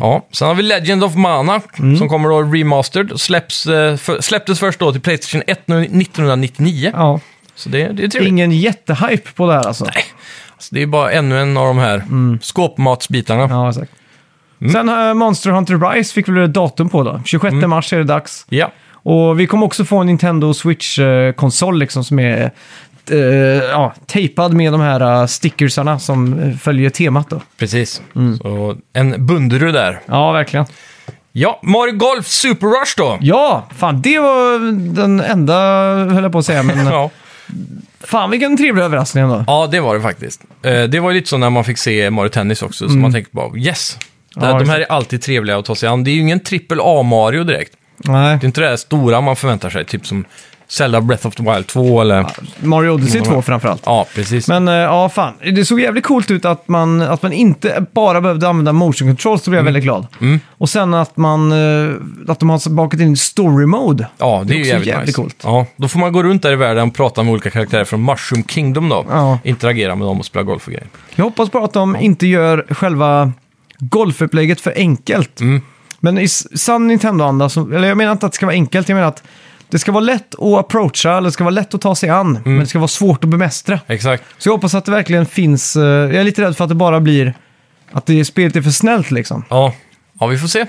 Ja, sen har vi Legend of Mana
Mm.
som kommer då remastered. Släpps, eh, för, släpptes först då till Playstation 1 nu 1999.
ja.
Så det, det är trevligt.
Ingen jättehype på det här alltså.
Så det är bara ännu en av de här skåpmatsbitarna. Ja.
Mm. Ja, exakt.
Mm.
Sen eh, Monster Hunter Rise fick vi ett datum på då. 26 mars är det dags. Och vi kommer också få en Nintendo Switch-konsol liksom som är eh, ja, tejpad med de här eh, stickersarna som eh, följer temat då.
precis.
Mm.
Så en bunderu där.
Ja, verkligen.
Ja, Mario Golf Super Rush då.
Ja, fan det var den enda, höll jag på att säga, men
Ja.
fan vilken trevlig överraskning ändå.
ja, det var det faktiskt. Eh, Det var ju lite så när man fick se Mario Tennis också, så man tänkte bara yes.
Mm. Ja,
de
just
här är alltid trevliga att ta sig an. Det är ju ingen trippel A-Mario direkt.
Nej.
Det är inte det här stora man förväntar sig, typ som Zelda Breath of the Wild 2 eller...
Mario Odyssey 2 framförallt.
Ja, precis.
Men eh, ja, fan. Det såg jävligt coolt ut att man, att man inte bara behövde använda motion controls, då blev jag väldigt glad. Och sen att, man, eh, att de har bakat in story mode.
ja, det är ju
också
jävligt,
jävligt
nice.
coolt.
Ja, då får man gå runt där i världen och prata med olika karaktärer från Mushroom Kingdom då.
Ja.
Interagera med dem och spela golf och grejer.
Jag hoppas bara att de inte gör själva golfupplägget för enkelt. Men i s- sann Nintendo-anda, så- eller jag menar inte att det ska vara enkelt, jag menar att det ska vara lätt att approacha, eller det ska vara lätt att ta sig an, men det ska vara svårt att bemästra.
Exakt.
Så jag hoppas att det verkligen finns, eh, jag är lite rädd för att det bara blir, att det spelet är för snällt liksom.
Ja, ja vi får se.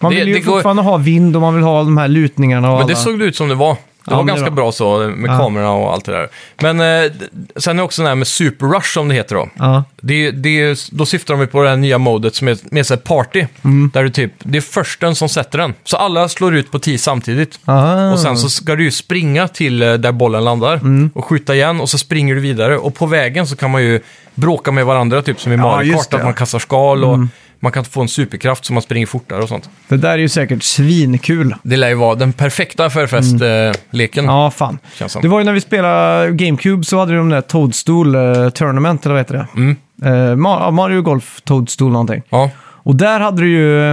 Man
det,
vill ju
det går,
fortfarande ha vind och man vill ha de här lutningarna och
men det
alla.
såg det ut som det var. Det
Ja,
var
men det
ganska
var-
bra så med
Ja.
kamerorna och allt det där. Men eh, d- sen är också den här med Super Rush som det heter då.
Ja,
Det, det, då syftar de ju på det här nya modet som är med sig party.
Mm.
Där du typ, det är försten som sätter den. Så alla slår ut på tio samtidigt.
Ah. Mm.
Och sen så ska du ju springa till eh, där bollen landar och skjuta igen och så springer du vidare. Och på vägen så kan man ju bråka med varandra, typ som i Mario
just
Kart,
det. Mm.
att man kastar skal och man kan få en superkraft så man springer fortare och sånt.
det där är ju säkert svinkul.
Det lär ju vara den perfekta förfestleken.
Mm. Ja, fan.
Känns som.
Det var ju när vi spelade GameCube så hade de där Toadstool eh, Tournament, eller vad heter det?
Mm.
Eh, Ma- ja, Mario Golf Toadstool någonting.
Ja.
Och där hade du ju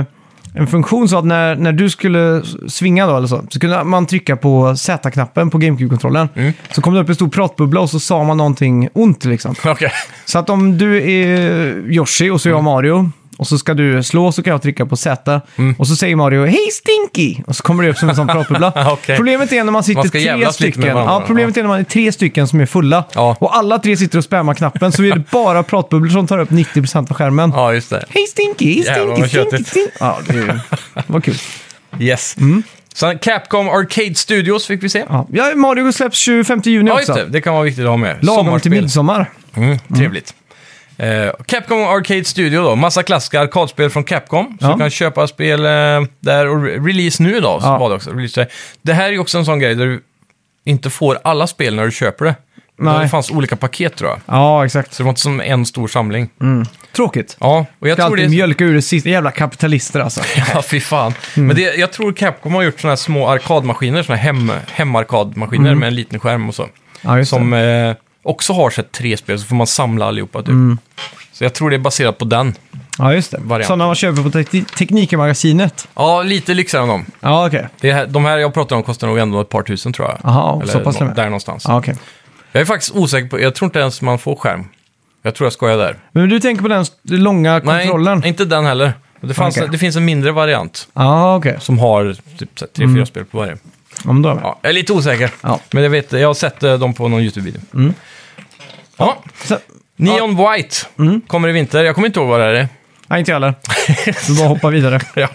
en funktion så att när, när du skulle svinga då eller så, så kunde man trycka på Z-knappen på GameCube-kontrollen.
Mm.
Så kom det upp en stor pratbubbla och så sa man någonting ont liksom.
Okej.
Så att om du är Yoshi och så är
Mm.
jag Mario och så ska du slå så kan jag trycka på Z
Mm.
och så säger Mario hej Stinky och så kommer det upp som en sån pratbubbla.
Okej.
Problemet är när man sitter
Man ska
tre
jävlas lite med
stycken.
varandra,
Ja, problemet är när man är tre stycken som är fulla
Ja.
och alla tre sitter och spammar knappen så är det bara pratbubblor som tar upp 90% av skärmen.
Ja, just det.
Hej Stinky, hej
Jävlar,
Stinky,
vad
Stinky,
köttigt.
Stinky. Ja, det var kul.
Yes.
Mm.
Sen Capcom Arcade Studios fick vi se.
Ja, Ja, Mario släpps 25 juni
Ja, just
också.
det. Det kan vara viktigt att ha med.
Lagom till
Sommarspel.
midsommar. Mm.
Mm, trevligt. Eh, Capcom Arcade Studio då, massa klassiska arkadspel från Capcom. Så
Ja.
du kan köpa spel eh, där och re- release nu då, så
Ja.
var det också. Release där. Det här är ju också en sån grej där du inte får alla spel när du köper det.
Nej.
Det fanns olika paket tror jag.
Ja, exakt.
Så det var inte som en stor samling.
Tråkigt.
Ja, och jag
Mm. Ska
tror
alltid
det...
mjölka ur det sista. Jävla kapitalister alltså.
Ja, fy fan.
Mm.
Men det, jag tror Capcom har gjort såna här små arkadmaskiner, såna här hem, hemarkadmaskiner
Mm.
med en liten skärm och så.
Ja, just
som eh, också har sett tre spel, så får man samla allihopa typ.
Mm.
Så jag tror det är baserat på den.
Ja, just det.
Variant.
Sådana man köper på te- Teknikmagasinet.
Ja, lite lyxigare än dem.
Ja, okej.
Det här, de här jag pratar om kostar nog ändå ett par tusen tror jag.
Jaha, så pass
nå-
med.
där någonstans.
Ja, okej.
Jag är faktiskt osäker på, jag tror inte ens man får skärm. Jag tror jag skojar där.
Men du tänker på den s- långa
Nej,
kontrollen?
inte den heller. Det, fanns,
Okej.
det finns en mindre variant
Ja, okej.
som har typ så här tre, fyra spel på varje.
Ja, men då är vi.
Ja, jag är lite osäker,
Mm. Ja. Mm.
men jag, vet, jag har sett eh, dem på någon YouTube-video. Ja,
Så-
Neon White
Mm.
kommer i vinter. Jag kommer inte ihåg vad det här är.
Nej, inte jag heller. Så bara hoppa vidare.
Ja.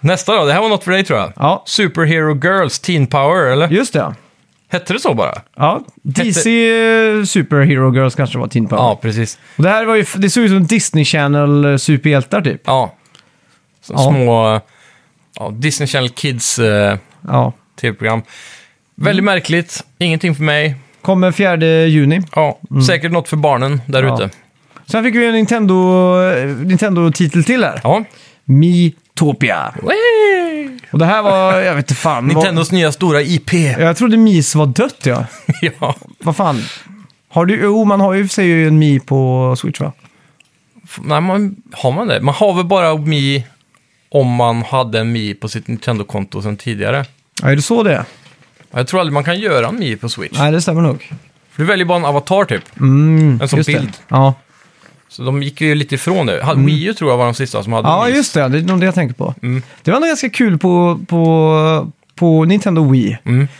Nästa då, det här var något för dig tror jag.
Ja.
Superhero Girls Teen Power, eller?
Just det.
Hette det så bara?
Ja, DC eh, Superhero Girls kanske var Teen Power.
Ja, precis.
Och det här var ju, f- det såg ut som Disney Channel eh, superhjältar typ.
Ja. Så
Ja.
Små eh, ja, Disney Channel Kids eh,
Ja.
tv-program. Väldigt
Mm.
märkligt, ingenting för mig.
Kommer 4 juni.
Ja, säkert något för barnen där
Mm. Ja.
ute.
Sen fick vi en Nintendo, eh, Nintendo-titel till här.
Ja.
Miitopia. Och det här var, jag vet inte fan.
Nintendos nya stora IP.
Var, jag trodde Mis var dött ja.
ja.
Vad fan. Har du, jo man har ju i och för sig ju en Mi på Switch va?
F- Nej, man, har man det? Man har väl bara Mi om man hade en Mi på sitt Nintendo-konto sedan tidigare.
Ja, är det så det är?
Jag tror aldrig man kan göra en Mi på Switch.
Nej, det stämmer nog.
För du väljer bara en avatar typ.
Mm,
En sån
just det.
bild.
Ja.
Så de gick ju lite ifrån det. Ha- Wii U tror jag var de sista som hade
Mm. ja,
Mis.
just det. Det är nog det jag tänker på. Det var nog ganska kul på, på, på Nintendo Wii.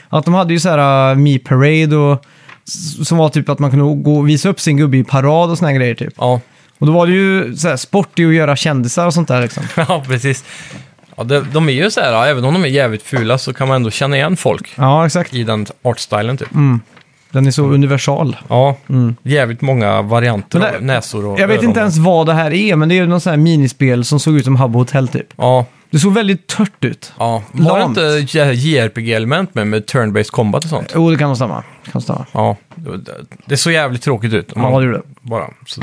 Att de hade ju så här uh, Mi Parade och s- som var typ att man kunde gå och visa upp sin gubbe i parad och såna här grejer typ.
Ja,
Och då var det ju så här sport i att göra kändisar och sånt där liksom.
ja precis. Ja, de, de är ju så här, ja, även om de är jävligt fula så kan man ändå känna igen folk
Ja, exakt.
i den artstylen typ.
Mm. Den är så universal.
Ja, jävligt många varianter
Mm. Men det-
av näsor och
Jag vet
öron.
inte ens vad det här är, men det är ju någon sån här minispel som såg ut som Habbo Hotel typ.
Ja,
Det såg väldigt tört ut.
ja. Var det
Lamt.
inte J- JRPG-element med, med turn-based combat och sånt?
Jo, det kan nog stämma. Det Kan stämma.
Ja, det- det såg jävligt tråkigt ut. Om man
Ja, det gjorde det.
bara, så,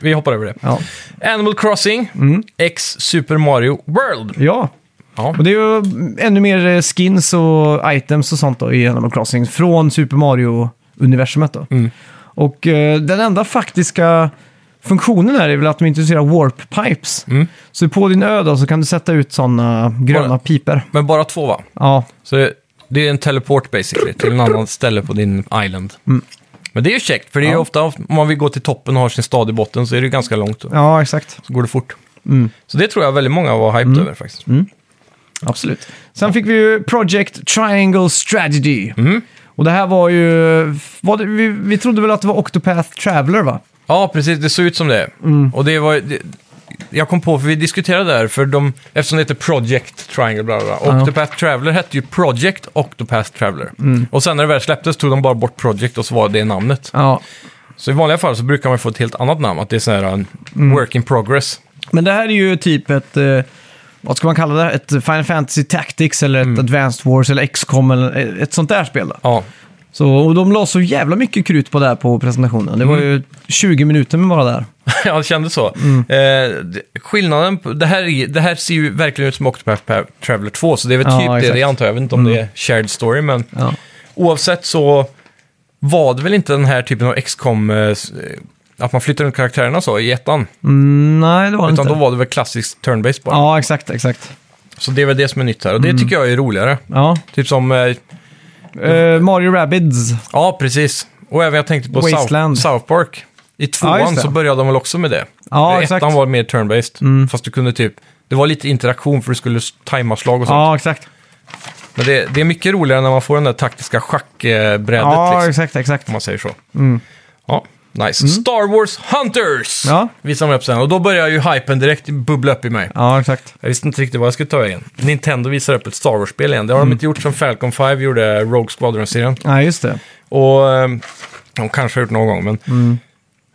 vi hoppar över det.
Ja. Mm.
Animal Crossing, X Super Mario World.
ja.
Ja.
Och det är ju ännu mer eh, skins och items och sånt då i Animal Crossing från Super Mario-universumet då. Och eh, den enda faktiska funktionen här är väl att de introducerar warp pipes. Så på din ö då så kan du sätta ut sådana gröna
Bara-
piper.
Men bara två va?
Ja,
Så det- det är en teleport basically till en annan ställe på din island. Men det är ju käckt, för det är ju
Mm. Ja.
ofta om man vill gå till toppen och har sin stad i botten så är det ju ganska långt. Då.
ja exakt.
Så går det fort.
Mm.
Så det tror jag väldigt många var hyped över faktiskt.
Absolut. Sen fick vi ju Project Triangle Strategy. Och det här var ju... Var det, vi, vi trodde väl att det var Octopath Traveler va?
Ja, precis. Det såg ut som det.
Mm.
Och det var... Det, jag kom på, för vi diskuterade det här, för de, eftersom det heter Project Triangle, bla bla, bla.
Ja. Mm.
Octopath Traveler hette ju Project Octopath Traveler. Och sen när det väl släpptes tog de bara bort Project och så var det namnet.
Ja.
Så i vanliga fall så brukar man få ett helt annat namn, att det är sån här en
Mm.
work in progress.
Men det här är ju typ ett... Eh, vad ska man kalla det? här? Ett Final Fantasy Tactics eller
Mm.
ett Advanced Wars eller XCOM eller eh, ett sånt där spel. Då.
Ja,
Så, och de la så jävla mycket krut på det här på presentationen. Det var
Mm.
ju 20 minuter med bara där.
ja det kändes så.
Mm.
Eh, det- skillnaden, på- det här, är- det här ser ju verkligen ut som Octopath Pa- Traveler 2, så det är väl
Ja,
typ det
exakt. Mm.
det jag antar. Jag vet inte om det är shared story, men
Ja.
oavsett så var det väl inte den här typen av XCOM eh, s- eh, att man flyttar runt karaktärerna så i ettan.
Mm, nej, det var det
Utan
inte.
då var det väl klassiskt turn-based bara.
Ja, Mm. exakt, exakt.
Så det är väl det som är nytt här, och det tycker jag är roligare.
Ja.
Typ som, eh,
Eh, Mario Rabbids.
ja precis. Och även jag tänkte på South,
Wasteland.
South Park. I tvåan
just det.
så började de väl också med det.
Ja,
För
exakt. Mm.
Ettan var mer turn-based, fast du kunde typ... Det var lite interaktion för du skulle s- tajma slag och sånt.
Ja, exakt.
Men det, det är mycket roligare när man får den där taktiska schackbrädet,
Ja,
liksom,
exakt, Mm. exakt.
om man säger så. Ja, nice. Star Wars Hunters
Ja.
visar man upp sen. Och då börjar ju hypen direkt bubbla upp i mig.
Ja, exakt.
Jag visste inte riktigt vad jag skulle ta vägen. Nintendo visar upp ett Star Wars-spel igen. Det
Mm.
har de inte gjort som Falcon 5 gjorde Rogue Squadron-serien.
Nej, just det.
Och eh, de kanske har gjort någon gång, men...
Mm.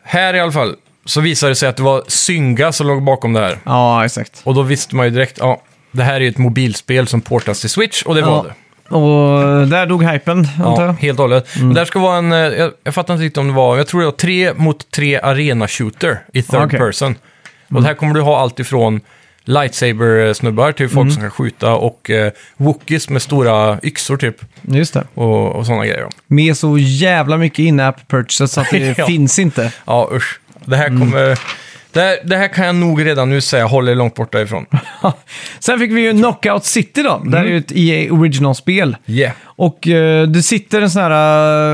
Här i alla fall så visade det sig att det var Synga som låg bakom det här.
Ja, exakt.
Och då visste man ju direkt, ja, det här är ju ett mobilspel som portas till Switch, och det var det.
Och eh, där dog hypen, antar
Ja,
jag. Mm.
helt och hållet. Men där ska vara en, eh, jag, jag fattar inte riktigt om det var, jag tror det var tre mot tre arena-shooter i third
Okej. Mm.
person. Och här kommer du ha allt ifrån lightsaber-snubbar till
Mm.
folk som kan skjuta och eh, wookies med stora yxor typ
Just det.
och, och sådana grejer.
Med så jävla mycket in-app purchases att det
Ja.
finns inte. Mm.
Ja, usch. Det här kommer... Det här, det här kan jag nog redan nu säga håller långt borta ifrån.
Sen fick vi ju Knockout City då. Det här är ju ett EA Original-spel.
Yeah.
Och eh, det sitter en sån här...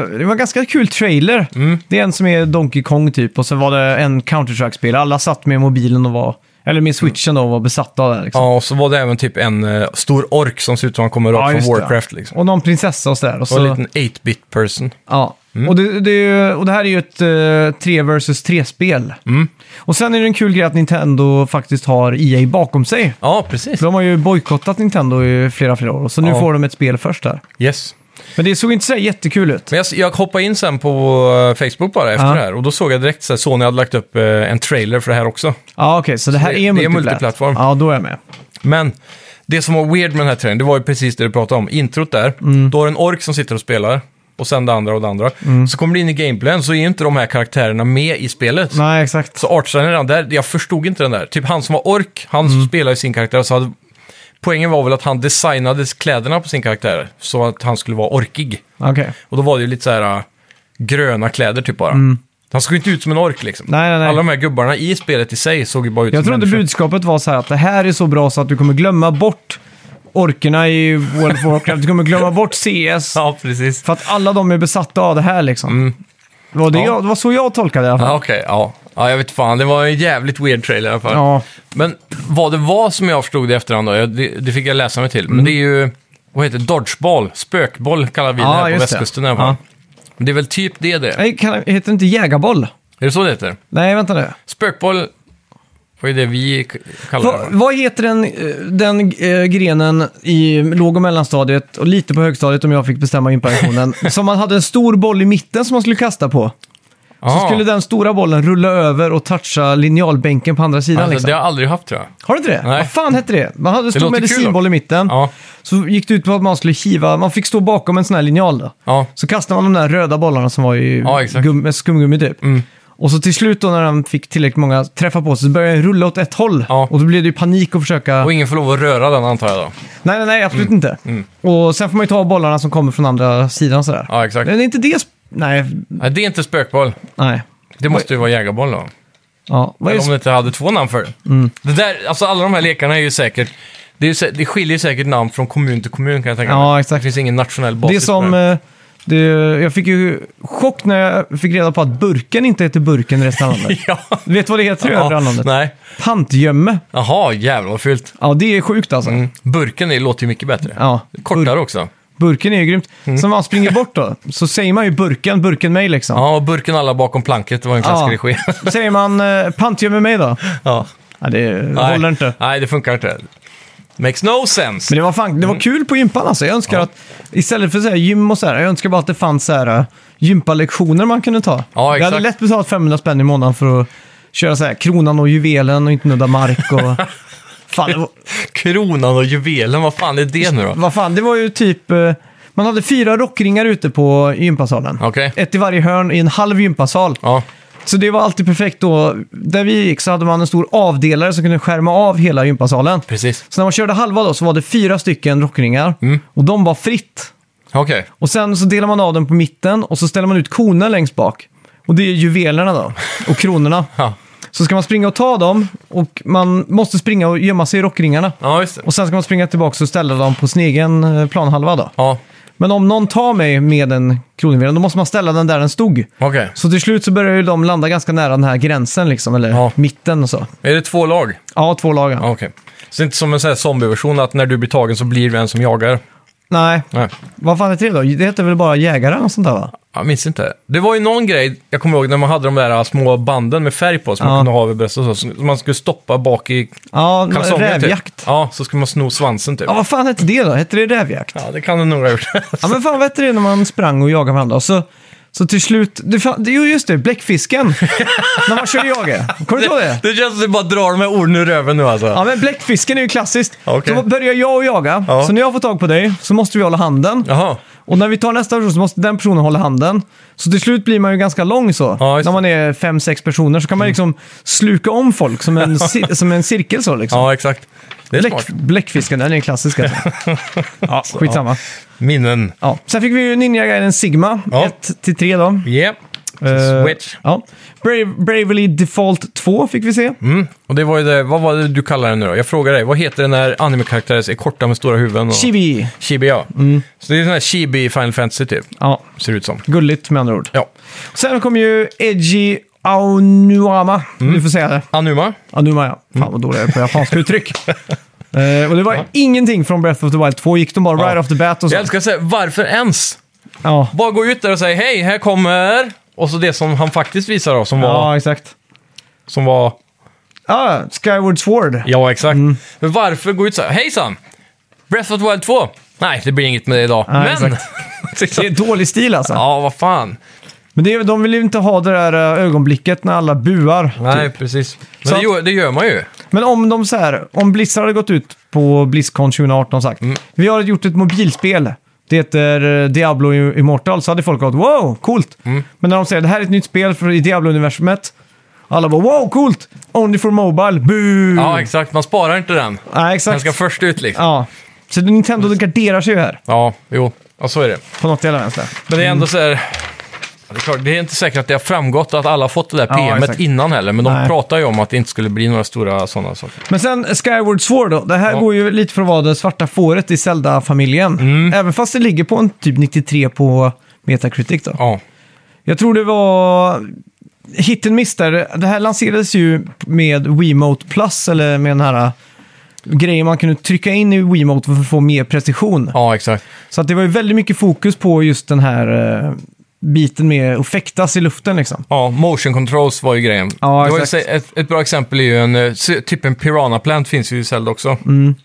eh, det var en ganska kul trailer.
Mm.
Det är en som är Donkey Kong typ och så var det en Counter-Strike-spelare. Alla satt med mobilen och var... Eller med switchen då och var besatta av det. här, Liksom.
Ja, och så var det även typ en eh, stor ork som ser ut som han kommer rakt
just
från
det,
Warcraft. Liksom.
Och någon prinsessa och sådär. Och,
Och Mm. en
så,
liten 8-bit person.
ja. och, det, det är ju, och det här är ju ett eh, 3 vs 3-spel.
Mm.
Och sen är det en kul grej att Nintendo faktiskt har EA bakom sig.
Ja, precis.
De har ju bojkottat Nintendo i flera, flera år, så nu
Ja.
får de ett spel först där.
Yes.
Men det såg inte så här jättekul ut.
Men jag, jag hoppade in sen på eh, Facebook bara efter
Ja.
det här och då såg jag direkt att Sony hade lagt upp eh, en trailer för det här också.
Ja, okej, så det här är,
det- det är
multiplat-
multiplattform.
Ja, då är jag med.
Men det som var weird med den här trailern, det var ju precis det du pratade om. Introt där,
Mm.
då har du en ork som sitter och spelar och sen det andra och det andra. Så kommer du in i gameplayen så är ju inte de här karaktärerna med i spelet.
Nej, exakt.
Så artstylen redan där, jag förstod inte den där. Typ han som var ork, han
Mm.
spelar ju sin karaktär så hade... Poängen var väl att han designade kläderna på sin karaktär så att han skulle vara orkig.
Okej.
Och då var det ju lite så här äh, gröna kläder typ bara. Han såg ju inte ut som en ork liksom.
Mm. Nej, nej, nej.
Alla de här gubbarna i spelet i sig såg ju bara ut
Jag
som
trodde
människor.
budskapet var så här att det här är så bra så att du kommer glömma bort orkerna i World of Warcraft. Du kommer glömma bort CS.
Ja, precis.
För att alla de är besatta av det här liksom. Det, var det,
Ja.
jag, det var så jag tolkade det i alla fall.
Ja, okej. ja. ja, jag vet fan. Det var en jävligt weird trailer i alla fall.
Ja.
Men vad det var som jag förstod i efterhand då, jag, det, det fick jag läsa mig till.
Mm.
Men det är ju, vad heter det? Dodgeball. Spökboll kallar vi det
Ja,
här på
just det.
västkusten i alla fall. Men Det är väl typ det det. Är
Nej, kan, heter det inte jägarboll?
det så det heter?
Nej, vänta nu.
Spökboll, vad är det vi k- kallar
Va,
det? va?
vad heter den, eh, den eh, grenen i låg och mellanstadiet och lite på högstadiet om jag fick bestämma inpensionen. som man hade en stor boll i mitten som man skulle kasta på. Så
Ah,
skulle den stora bollen rulla över och toucha linjalbänken på andra sidan.
alltså,
liksom.
Det har jag aldrig haft tror jag.
Har du inte det?
Nej.
Vad fan hette det? Man hade en stor
låter kul
medicinboll i mitten.
Ja,
Så gick det ut på att man skulle hiva, man fick stå bakom en sån här linjal då.
ja.
Så kastade man de där röda bollarna som var i
Ja, exakt. Mm.
gum, med skumgummi typ. Och så till slut då när den fick tillräckligt många träffar på sig så började den rulla åt ett håll.
Ja.
Och då blev det ju panik att försöka...
Och ingen får lov att röra den antar jag då.
Nej, nej, nej, absolut
Mm.
inte. Och sen får man ju ta bollarna som kommer från andra sidan sådär.
Ja, exakt.
Men det är inte det... sp- Nej,
Nej, det är inte spökboll.
nej.
Det måste ju vara jägarboll då.
Ja, vad är
Eller om
det...
det inte hade två namn för det.
Mm.
Det där, alltså alla de här lekarna är ju säkert... Det, är ju, sä- det skiljer säkert namn från kommun till kommun kan jag tänka mig.
Ja,
Det
exakt.
finns ingen nationell basis
Det är som...
för det.
eh, Det, jag fick ju chock när jag fick reda på att burken inte heter burken i resten av landet.
Ja.
Vet du vad det heter i övriga
ja,
landet?
nej.
Pantgömme.
Jaha, jävlar vad fult.
Ja, det är sjukt alltså.
Mm. Burken är, låter ju mycket bättre.
Ja.
Kortare också.
Burken är ju grymt.
Mm.
Så när man springer bort då, så säger man ju burken, burken mig liksom.
Ja, och burken alla bakom planket, det var en klassisk
Ja.
regi.
Säger man eh, pantgömme mig då?
ja.
Ja, det håller inte.
Nej, det funkar inte. Makes no sense.
Men det var, fan,
Mm.
det var kul på gympan alltså. Jag önskar att, istället för så här, gym och så här, jag önskar bara att det fanns så här, eh, gympalektioner man kunde ta.
Ja,
jag hade
exakt.
lätt betalt 500 spänn i månaden för att köra så här, kronan och juvelen och inte nudda mark och... fan, det var,
Kronan och juvelen, vad fan är det nu då?
vad fan, det var ju typ... eh, Man hade fyra rockringar ute på gympasalen.
Okej.
Ett i varje hörn i en halv gympasal.
Ja,
Så det var alltid perfekt då. Där vi gick så hade man en stor avdelare som kunde skärma av hela gympasalen.
precis.
Så när man körde halva då så var det fyra stycken rockringar
Mm.
och de var fritt.
Okej.
Och sen så delar man av den på mitten och så ställer man ut konen längst bak. Och det är juvelerna då, och kronorna.
Ja.
Så ska man springa och ta dem och man måste springa och gömma sig i rockringarna.
ja, just det.
Och sen ska man springa tillbaka och ställa dem på sin egen eh, planhalva då.
Ja,
Men om någon tar mig med en kronjuvel, då måste man ställa den där den stod.
okej.
Så till slut så börjar ju de landa ganska nära den här gränsen liksom, eller
Ja.
mitten och så.
Är det två lag?
Ja, två lagar.
Ja, Okej. Så det är inte som en sån här zombieversion att när du blir tagen så blir du en som jagar?
Nej,
Nej,
vad fan heter det då? Det heter väl bara jägare och sånt där va?
jag minns inte. Det var ju någon grej, jag kommer ihåg när man hade de där små banden med färg på som
Ja.
man kunde ha vid bröstet och så, som man skulle stoppa bak i
Ja,
kalsonger.
rävjakt.
Typ. Ja, så skulle man sno svansen typ.
Ja, vad fan hette det då? Hette det rävjakt?
Ja, det kan du nog ha gjort.
Ja, men fan vad hette det när man sprang och jagade varandra? Och Så, så till slut, det, fan, det, jo just det, bläckfisken. när man kör jagar. Kommer du ihåg det?
Det känns som att du bara drar de här orden ur röven nu alltså.
Ja, men bläckfisken är ju klassiskt.
Okej.
Så börjar jag och jaga,
Ja.
så när jag får tag på dig så måste vi hålla handen.
Jaha.
Och när vi tar nästa person så måste den personen hålla handen. Så till slut blir man ju ganska lång så.
Ja, just Mm.
när man är fem, sex personer så kan man liksom sluka om folk som en, cir- som en cirkel så liksom.
Ja, exakt. Det är
Bläck,
smart.
bläckfisken, den är klassisk. alltså. ja, skitsamma.
Minnen.
Ja. Sen fick vi ju Ninja Gaiden Sigma,
Ja.
1-3 då.
Yeah.
Eh,
Switch.
Ja. Brave, Bravely Default 2 fick vi se.
Mm. Och det var ju det, vad var det du kallade den nu då? Jag frågar dig, vad heter den när anime-karaktärer är korta med stora huvuden? Och...
Chibi. Mm.
Chibi, ja. Så det är sån här Chibi i Final Fantasy typ,
Ja,
ser det ut som.
gulligt med andra ord.
Ja.
Sen kom ju Edgy Aonuama.
Mm.
Du får säga det.
Anuma?
Anuma, ja.
Mm.
Fan vad dålig jag är på japanska uttryck. Eh, och det var ingenting från Breath of the Wild 2. Gick de bara right off the bat och så.
Jag älskar att säga, varför ens?
Ja.
Bara gå ut där och säga hej, här kommer... Och så det som han faktiskt visar då, som var...
ja, exakt.
Som var
Ah, Skyward Sword.
ja, exakt.
Mm.
Men varför gå ut så här, hejsan! Breath of the Wild 2? Nej, det blir inget med det idag.
Nej,
Men!
Det är dålig stil alltså.
ja, vad fan.
Men det, är- de vill ju inte ha det där eh, ögonblicket när alla buar.
Nej, precis. Typ. Men
Så
det,
att-
gör, det gör man ju.
Men om de så här, om Blizzard hade gått ut på Blizzcon 2018 och sagt
Mm.
Vi har gjort ett mobilspel. Det heter eh, Diablo Immortal. Så hade folk gått wow, coolt.
Mm.
Men när de säger det här är ett nytt spel för i Diablo-universumet. Alla bara wow, coolt! Only for mobile, boo!
Ja, exakt. Man sparar inte den.
Nej,
Den
exakt.
ska först ut liksom.
Ja. Så Nintendo garderar sig ju här
Ja, jo. Ja, så är det.
på något jävla vänster.
Men det är ändå så här... Ja, Det är, klart, det är inte säkert att det har framgått att alla har fått det där
Ja,
PMet
exakt.
innan heller, men de
Nej.
pratar ju om att det inte skulle bli några stora sådana saker.
Men sen Skyward Sword då. Det här
Ja.
går ju lite för att vara det svarta fåret i Zelda-familjen.
Mm.
Även fast det ligger på en typ 93 på Metacritic då.
Ja,
Jag tror det var hit and miss där. Det här lanserades ju med Wiimote Plus, eller med den här äh, grejen man kunde trycka in i Wiimote för att få mer precision.
ja exakt.
Så att det var ju väldigt mycket fokus på just den här äh, biten med att fäktas i luften liksom.
Ja, motion controls var ju grejen.
Ja,
det var ju
exakt.
se- ett, ett bra exempel är ju en, eh, se- typ en piranha plant finns ju i Zelda också.
Mm.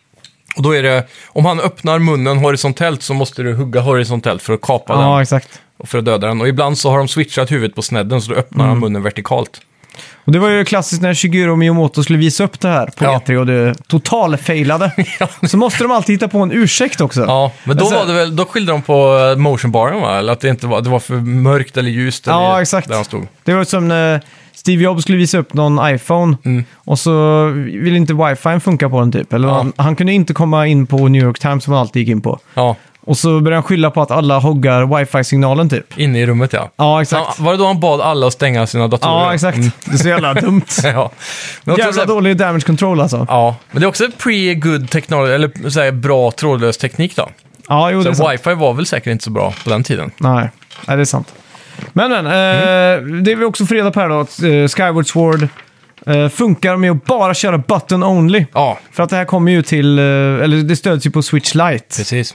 Och då är det, om han öppnar munnen horisontellt så måste du hugga horisontellt för att kapa
Ja,
den
exakt.
och för att döda den. Och ibland så har de switchat huvudet på snedden så då öppnar
Mm.
han munnen vertikalt.
Och det var ju klassiskt när Shigeru Miyamoto skulle visa upp det här på
Ja.
E3 och det totalfailade. Så måste de alltid hitta på en ursäkt också.
Ja, men då
Alltså-
var det väl, då skilde de på eh, motionbaren va? Eller att det inte var, det var för mörkt eller ljust eller
Ja, exakt.
där han stod.
Det var som när Steve Jobs skulle visa upp någon iPhone och så ville inte wifi funka på den typ. Eller
Mm. Ja.
han, han kunde inte komma in på New York Times som han alltid gick in på.
Ja,
Och så började han skylla på att alla hoggar wifi-signalen typ.
inne i rummet ja.
Ja, exakt.
Han, var det då han bad alla att stänga sina datorer?
Ja, exakt. Det är så jävla dumt.
ja. Mm. Men jag tror så
Jävla
här-
dålig damage control alltså.
Ja, men det är också pre-good technology, eller så här, bra trådlös teknik då.
Ja, jo, det är
Så
sant.
wifi var väl säkert inte så bra på den tiden.
Nej. Nej, det är sant. Men, men.
Mm.
Eh, det vi också får reda på här då, att eh, Skyward Sword eh, funkar med att bara köra button only.
Ja,
För att det här kommer ju till, eh, eller det stöds ju på Switch Lite.
precis.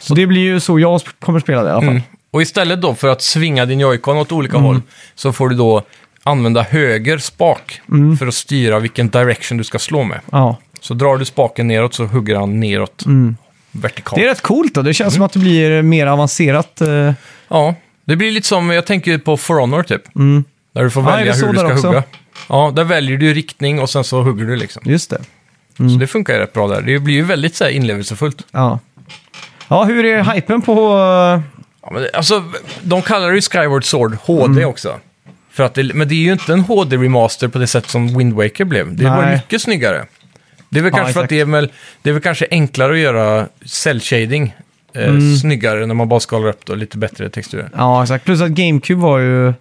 Så det blir ju så jag sp- kommer spela det i alla fall.
Mm. Och istället då för att svinga din joycon åt olika
Mm.
håll så får du då använda höger spak
Mm.
för att styra vilken direction du ska slå med.
Ja.
Så drar du spaken neråt så hugger han neråt vertikalt.
Mm. Det är rätt coolt då. Det känns som att det blir mer avancerat. eh,
Ja, det blir lite som, jag tänker på For Honor typ. Där du får
Mm. Ja, är
välja
det så
hur du
där
ska
också?
hugga. Ja, där väljer du riktning och sen så hugger du liksom.
Just det.
Så det funkar ju rätt bra där. Det blir ju väldigt så här inlevelsefullt.
Ja. Ja, hur är hypen på... eh,
Ja, men det, alltså, de kallar det ju Skyward Sword HD också. För att det, men det är ju inte en HD-remaster på det sätt som Wind Waker blev. Det var
Nej.
mycket snyggare. Det är väl
Ja,
kanske för att
exakt.
det är, väl, det är väl kanske enklare att göra cell-shading eh, snyggare när man bara skalar upp det och lite bättre texturer.
Ja, exakt. Plus att GameCube var ju...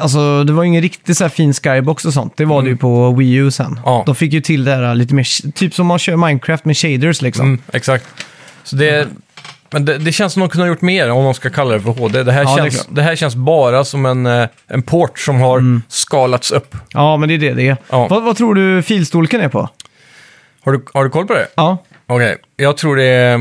Alltså, det var ingen riktigt så här fin skybox och sånt. Det var det ju på Wii U sen.
Ja.
De fick ju till det här lite mer... Typ som man kör Minecraft med shaders liksom.
Mm, exakt. Så det, Men det, det känns som de kunde ha gjort mer om de ska kalla det för HD. Det här,
Ja, det är
känns,
klart.
det här känns bara som en, eh, en port som har skalats upp.
Ja, men det är det det är.
Ja.
Vad, vad tror du filstorleken är på?
Har du, har du koll på det?
Ja.
Okej, jag tror det är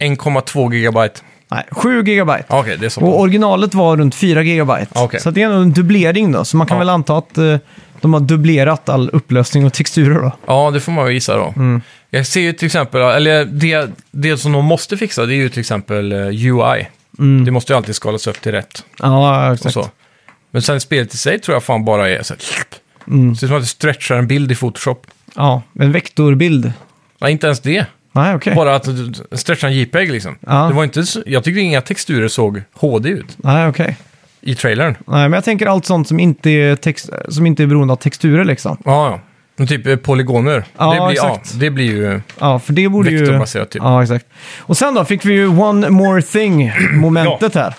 1,2 gigabyte.
Nej, 7 gigabyte.
Okej, det är så.
Och
pass.
originalet var runt 4 GB.
Okej.
Så det är nog en dubblering då. Så man kan
Ja.
väl anta att eh, de har dubblerat all upplösning och texturer då.
Ja, det får man ju gissa då.
Mm.
Jag ser ju till exempel, eller det, det som de måste fixa det är ju till exempel eh, UI. Det måste ju alltid skalas upp till rätt
Ja,
och
Mm. exakt.
så. Men sen spelet i sig tror jag fan bara är så här,
Mm.
Ser ut som att du stretchar en bild i Photoshop.
Ja, en vektorbild.
Nej, inte ens det.
Nej, okej.
Bara att du du stretchar en JPEG liksom.
Ja.
Det var inte, så- jag tyckte inga texturer såg HD ut
Nej, okej.
i trailern.
Nej, men jag tänker allt sånt som inte är, text, som inte är beroende av texturer liksom.
Ja, ja. Men Typ eh, polygoner.
Ja,
det, blir,
exakt.
Ja, det blir ju...
Ja, för det borde ju...
Vektorbaserat, typ.
Ja, exakt. Och sen då fick vi ju One More Thing-momentet här.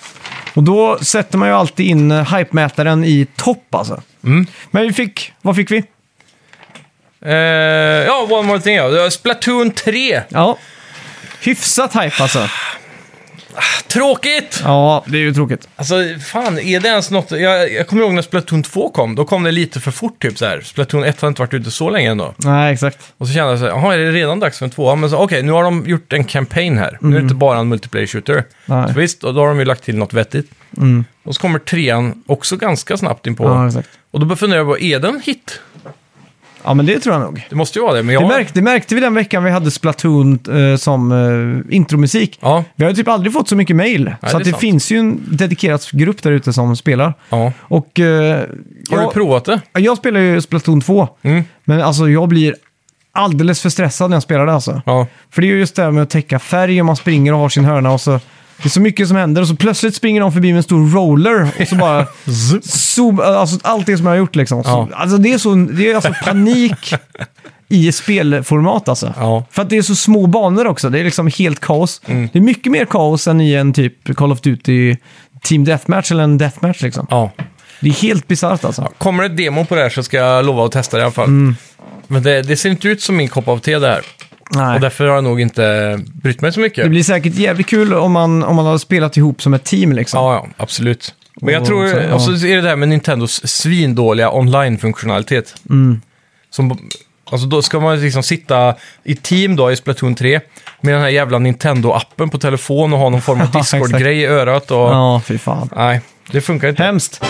Och då sätter man ju alltid in eh, hype-mätaren i topp alltså.
Mm.
Men vi fick, vad fick vi?
Eh, ja, One More Thing ja. Splatoon 3.
Ja, hyfsat hype alltså.
Tråkigt!
Ja, det är ju tråkigt.
Alltså, fan, är det ens något... Jag, jag kommer ihåg när Splatoon 2 kom. Då kom det lite för fort, typ så här. Splatoon 1 har inte varit ute så länge ändå.
Nej, exakt.
Och så kände jag så här, jaha, är det redan dags för en tvåa? Men så, okej, nu har de gjort en campaign här. Nu är det inte bara en multiplayer shooter.
Mm. Nej. Mm.
Så visst, och då har de ju lagt till något vettigt. Och så kommer trean också ganska snabbt in på.
Ja, exakt.
Och då funderar jag på, är den hit?
Ja, men det tror jag nog.
Det måste ju vara det, men jag...
Det märkte, det märkte vi den veckan vi hade Splatoon eh, som eh, intromusik.
Ja,
Vi har ju typ aldrig fått så mycket mail. så
det
att
är
det
sant.
finns ju en dedikerad grupp där ute som spelar.
ja.
Och eh,
Har du
jag,
provat det?
jag spelar ju Splatoon 2.
Mm.
Men alltså jag blir alldeles för stressad när jag spelar det alltså.
Ja.
För det är ju just det här med att täcka färg och man springer och har sin hörna och så... Det är så mycket som händer och så plötsligt springer de förbi med en stor roller och så bara... zoom, alltså allt det som jag har gjort liksom. Så,
Ja.
alltså det är, så, det är alltså panik i spelformat alltså.
Ja. Mm.
För att det är så små banor också. Det är liksom helt kaos. Det är mycket mer kaos än i en typ Call of Duty Team Deathmatch eller en Deathmatch liksom.
Ja.
Det är helt bisarrt alltså.
Kommer det demo på det här så ska jag lova att testa det i alla fall.
Mm.
Men det, det ser inte ut som min kopp av te det här.
Nej.
Och därför har jag nog inte brytt mig så mycket.
Det blir säkert jävligt kul om man, om man hade spelat ihop som ett team liksom.
Ja, ja, absolut. Men jag
Och
tror,
så- ja.
och så är det det här med Nintendos svindåliga online-funktionalitet.
Mm.
Som, alltså då ska man liksom sitta i team då i Splatoon 3 med den här jävla Nintendo-appen på telefon och ha någon form av
Ja, exakt.
Discord-grej i örat och...
Ja, fy fan.
Nej, det funkar inte.
Hemskt.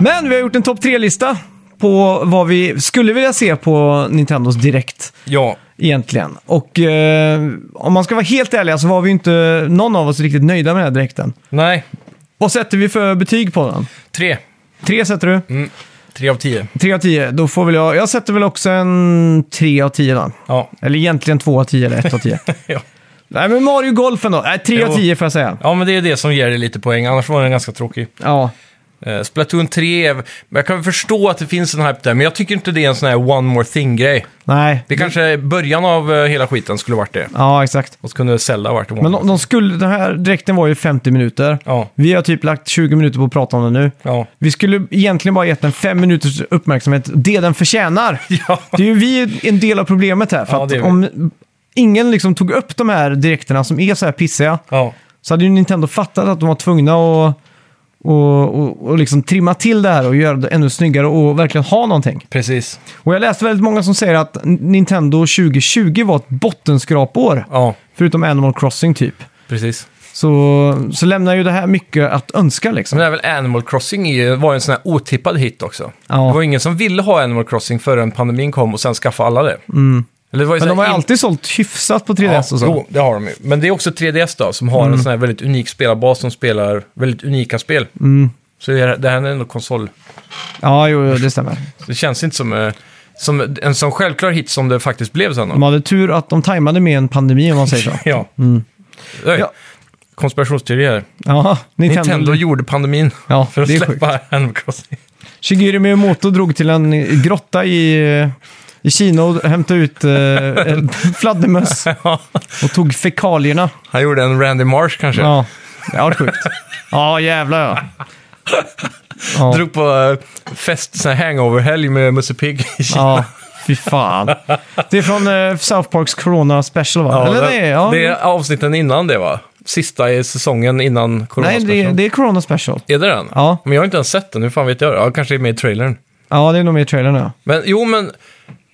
Men vi har gjort en topp tre-lista på vad vi skulle vilja se på Nintendos direkt
Ja,
egentligen. Och eh, om man ska vara helt ärlig så var vi ju inte någon av oss riktigt nöjda med den här direkten.
nej.
Vad sätter vi för betyg på den?
Tre.
Tre sätter du?
Tre av tio.
Tre av tio. Då får väl jag... Jag sätter väl också en tre av tio då.
Ja.
Eller egentligen två av tio eller ett av tio.
Ja.
Nej, men Mario Golf ändå. Nej, tre
Jo.
av tio får jag säga.
ja, men det är det som ger det lite poäng. Annars var den ganska tråkig.
Ja.
Eh, Splatoon 3, är- men jag kan förstå att det finns en hype där, men jag tycker inte det är en sån här one more thing-grej.
Nej.
Det kanske
Mm.
är början av eh, hela skiten skulle varit det.
Ja, exakt.
Och så kunde Zelda varit en
Men
one.
de, de skulle, den här dräkten var ju 50 minuter.
Ja,
Vi har typ lagt 20 minuter på att prata om den nu.
ja.
Vi skulle egentligen bara gett den 5 minuters uppmärksamhet, det den förtjänar.
Ja,
Det är ju vi en del av problemet här. För
Ja,
att
det är vi.
om ingen liksom tog upp de här dräkterna som är så här pissiga,
ja.
så hade ju Nintendo fattat att de var tvungna att och, och, och liksom trimma till det här och göra det ännu snyggare och verkligen ha någonting.
precis.
Och jag läste väldigt många som säger att Nintendo 2020 var ett bottenskrapår.
Ja,
Förutom Animal Crossing typ.
precis.
Så, så lämnar ju det här mycket att önska liksom.
Men det är väl Animal Crossing är ju- var ju en sån här otippad hit också.
Ja.
Det var ingen som ville ha Animal Crossing förrän pandemin kom och sen skaffade alla det. Eller det var ju
Mm. Men
sån
de har
här
ju
in-
alltid sålt hyfsat på 3DS
Ja,
och så.
Jo, det har de ju. Men det är också 3DS då, som har
Mm.
en sån här väldigt unik spelarbas som spelar väldigt unika spel.
Mm.
Så det här det här är ändå konsol.
Ja, jo, jo, det stämmer.
Det känns inte som, eh, som en sån självklar hit som det faktiskt blev sen. då.
De hade tur att de tajmade med en pandemi om man säger så. Mm.
Ja. Oj,
Ja.
Konspirationsteori här.
Ja, Nintendo.
Nintendo, gjorde pandemin
Ja,
för att
det är sjukt.
släppa Animal Crossing.
Shigeru Miyamoto drog till en grotta i, i Kina och hämtade ut eh, en fladdermöss
Ja.
och tog fekalierna.
Han gjorde en Randy Marsh kanske.
Ja, det var sjukt. Ja, jävlar ja. ja.
Drog på eh, fest, sån här hangover-helg med Musse Pigg i Kina.
Ja, fy fan. Det är från eh, South Parks Corona Special va?
Ja,
Eller det, är- ja.
det är avsnitten innan det va? Sista i säsongen innan corona
Nej, det, är- det är Corona Special.
Är det den?
Ja.
Men jag har inte ens sett den, hur fan vet jag? Ja, kanske är med i trailern.
Ja, det är nog med i trailern ja.
Men jo, men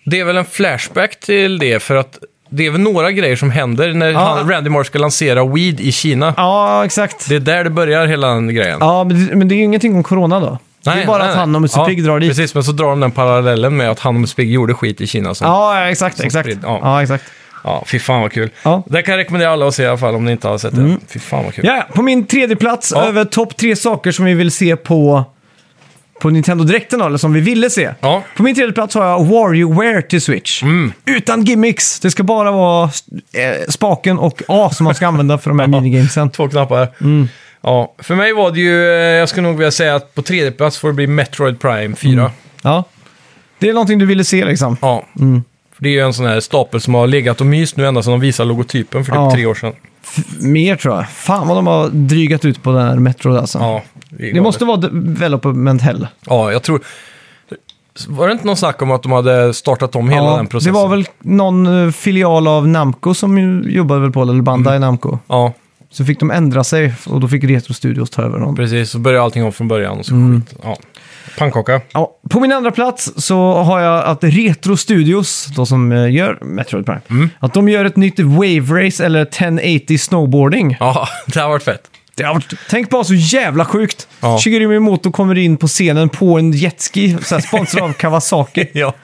det är väl en flashback till det, för att det är väl några grejer som händer när han, Randy Marsh ska lansera weed i Kina.
Ja, exakt.
Det är där det börjar, hela den grejen.
Ja, men det, men det är ju ingenting om Corona då. det är bara att han och Musse Pigg drar dit.
Precis, men så drar de den parallellen med att han och Musse Pigg gjorde skit i Kina. Som, ja.
Ja, ja, exakt. exakt.
spridd,
ja.
ja.
exakt.
fy fan vad kul.
Ja. Mm.
Det kan jag rekommendera alla att se i alla fall, om ni inte har sett det. Fy fan vad kul.
Ja, på min tredje plats
Ja.
över topp tre saker som vi vill se på, på Nintendo Direkten då, eller som vi ville se.
Ja.
På min tredje plats har jag WarioWare till Switch.
Mm.
Utan gimmicks! Det ska bara vara eh, spaken och A som man ska använda för de här minigamesen.
Två knappar.
Mm.
Ja, för mig var det ju, eh, jag skulle nog vilja säga att på tredje
Mm.
plats får det bli Metroid Prime 4.
Ja. Det är någonting du ville se liksom.
Ja. Det är ju en sån här stapel som har legat och myst nu ända sedan de visade logotypen för typ
Ja.
tre år sedan.
Mer tror jag. Fan vad de har drygat ut på den här Metro alltså.
Ja, det, är
det
galet.
måste vara development hell.
Ja, jag tror... Var det inte någon snack om att de hade startat om hela den
det
processen?
var väl någon eh, filial av Namco som ju jobbade väl på det, eller Bandai
Mm.
Namco.
Ja,
Så fick de ändra sig och då fick Retro Studios ta över dem.
precis. Så började allting om från början och så
Mm.
skit. Ja. Pannkaka.
Ja, på min andra plats så har jag att Retro Studios, de som eh, gör Metroid Prime, att de gör ett nytt Wave Race eller 1080 Snowboarding.
Ja, det har varit fett.
Det har varit, tänk bara så jävla sjukt!
Ja.
Shigeru Miyamoto kommer in på scenen på en jetski, så här sponsrad av Kawasaki.
Ja.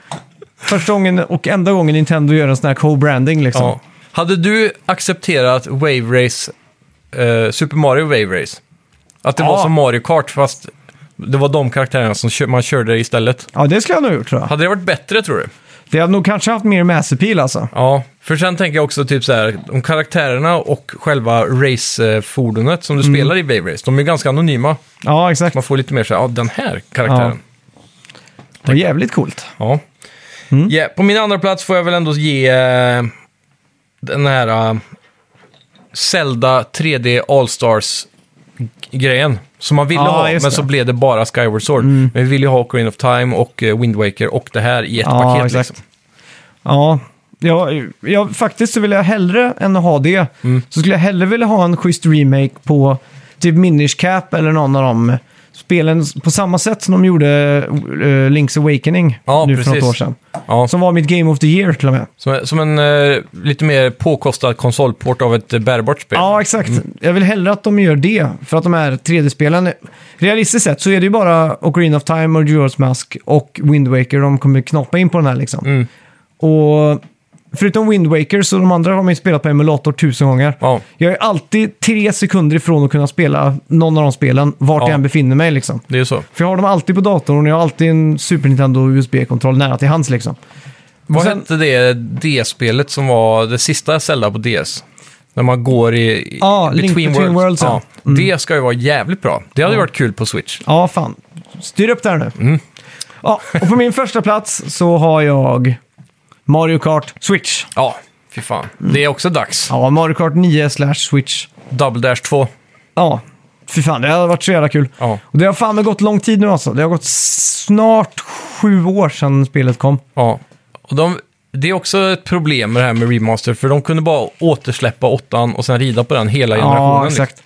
Första gången och enda gången Nintendo gör en sån här co-branding liksom.
ja. Hade du accepterat Wave Race, eh, Super Mario Wave Race? Att det
Ja.
var som Mario Kart fast det var de karaktärerna som kö- man körde istället.
Ja, det skulle jag nog ha gjort tror jag.
Hade det varit bättre tror du?
Det hade nog kanske haft mer mass appeal alltså.
Ja, för sen tänker jag också typ så här, om karaktärerna och själva racefordonet som du
Mm.
spelar i Wave Race, de är ju ganska anonyma.
Ja, exakt.
Man får lite mer så här, ja den här karaktären.
Det var jävligt coolt.
Ja.
Mm.
Ja, på min andra plats får jag väl ändå ge eh, den här eh, Zelda 3D All-Stars grejen. Som man ville
Ja,
ha, men
just det. Mm.
så blev det bara Skyward Sword. Men vi ville ju ha Ocarina of Time och eh, Wind Waker och det här i ett
Ja,
paket.
exakt.
Liksom.
Ja, jag, jag, faktiskt så vill jag hellre än att ha det, så skulle jag hellre vilja ha en schysst remake på typ Minish Cap eller någon av de spelen på samma sätt som de gjorde eh, Link's Awakening
Ja,
nu för
precis.
något år sedan.
Ja,
Som var mitt Game of the Year till och med.
som, som en eh, lite mer påkostad konsolport av ett eh, bärbart spel. Mm.
Ja, exakt. Jag vill hellre att de gör det, för att de här 3D-spelen, realistiskt sett så är det ju bara Ocarina of Time och Jules Mask och Wind Waker de kommer knoppa in på den här liksom.
Mm.
Och förutom Wind Waker så de andra har man ju spelat på emulator tusen gånger.
Ja.
Jag är alltid tre sekunder ifrån att kunna spela någon av de spelen, vart
Ja.
jag än befinner mig liksom.
Det är ju så.
För jag har dem alltid på datorn och jag har alltid en Super Nintendo USB-kontroll nära till hands liksom.
Vad
sen-
hette det DS-spelet som var det sista Zelda på DS? När man går i, i
Ja, Link Between Worlds, ja. Mm.
Det ska ju vara jävligt bra. Det hade ju varit kul på Switch.
Ja, fan. Styr upp där nu.
Mm.
Ja, och på min första plats så har jag Mario Kart Switch.
Ja, fy fan.
Mm.
Det är också dags.
Ja, Mario Kart 9 slash Switch.
Double Dash 2.
Ja, fy fan, det har varit så jävla kul.
Ja,
Och det har fan gått lång tid nu alltså. Det har gått snart sju år sedan spelet kom.
ja. Och de, det är också ett problem med det här med remaster, för de kunde bara återsläppa åttan och sen rida på den hela generationen. liksom.
Ja, exakt.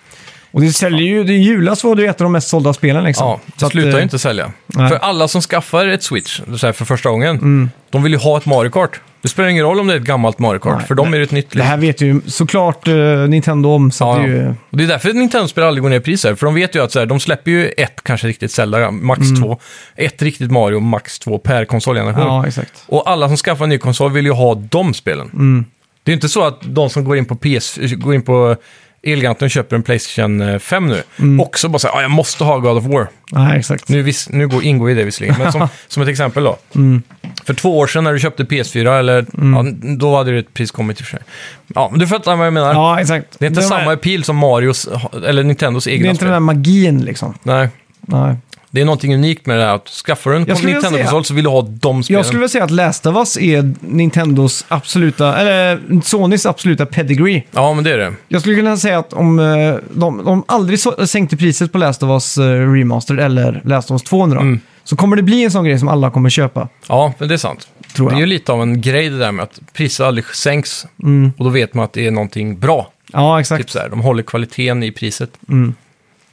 Och det säljer ju, det julas var det ju ett av de mest sålda spelen liksom.
Ja, det
Så att,
slutar
eh,
ju inte sälja.
nej.
För alla som skaffar ett Switch så här, för första gången, de vill ju ha ett Mario Kart. Det spelar ingen roll om det är ett gammalt Mario Kart,
Nej,
för de
nej.
är det ett nytt.
Det
liv.
här vet ju såklart eh, Nintendo om, så att
Ja,
det är ju...
ja. Och det är därför Nintendo-spel aldrig går ner i pris här, för de vet ju att så här, de släpper ju ett kanske riktigt Zelda, max
Mm.
två, ett riktigt Mario, max två per konsolgeneration.
Ja, exakt.
Och alla som skaffar en ny konsol vill ju ha de spelen.
Mm.
Det är ju inte så att de som går in på PS, går in på Elgiganten och köper en Playstation 5 nu,
Mm.
också bara säger "Ja, jag måste ha God of War.
Nej, exakt.
Nu, vis- nu går, ingår ju det visserligen, men som, som ett exempel då.
Mm.
För två år sedan när du köpte PS4, eller, ja, då hade ju ett pris kommit i och för sig. Ja, men du fattar vad jag menar.
Ja, exakt.
Det är inte
Den här-
samma appeal som Marios, eller Nintendos
Det är
egna
inte
spel.
den där magin liksom.
Nej,
Nej.
det är någonting unikt med det här. Att skaffar du en
Jag skulle vilja
Nintendo-konsol så vill du ha de spelen.
Jag skulle vilja säga att Last of Us är Nintendos absoluta, eller Sonys absoluta pedigree.
Ja, men det är det.
Jag skulle kunna säga att om eh, de, de aldrig så, sänkte priset på Last of Us eh, Remastered eller Last of Us 2 nu då,
Mm.
så kommer det bli en sån grej som alla kommer köpa.
Ja, men det är sant.
Tror
det är
jag.
ju lite av en grej det där med att priser aldrig sänks.
Mm.
Och då vet man att det är någonting bra.
Ja, exakt.
Typ så här, de håller kvaliteten i priset.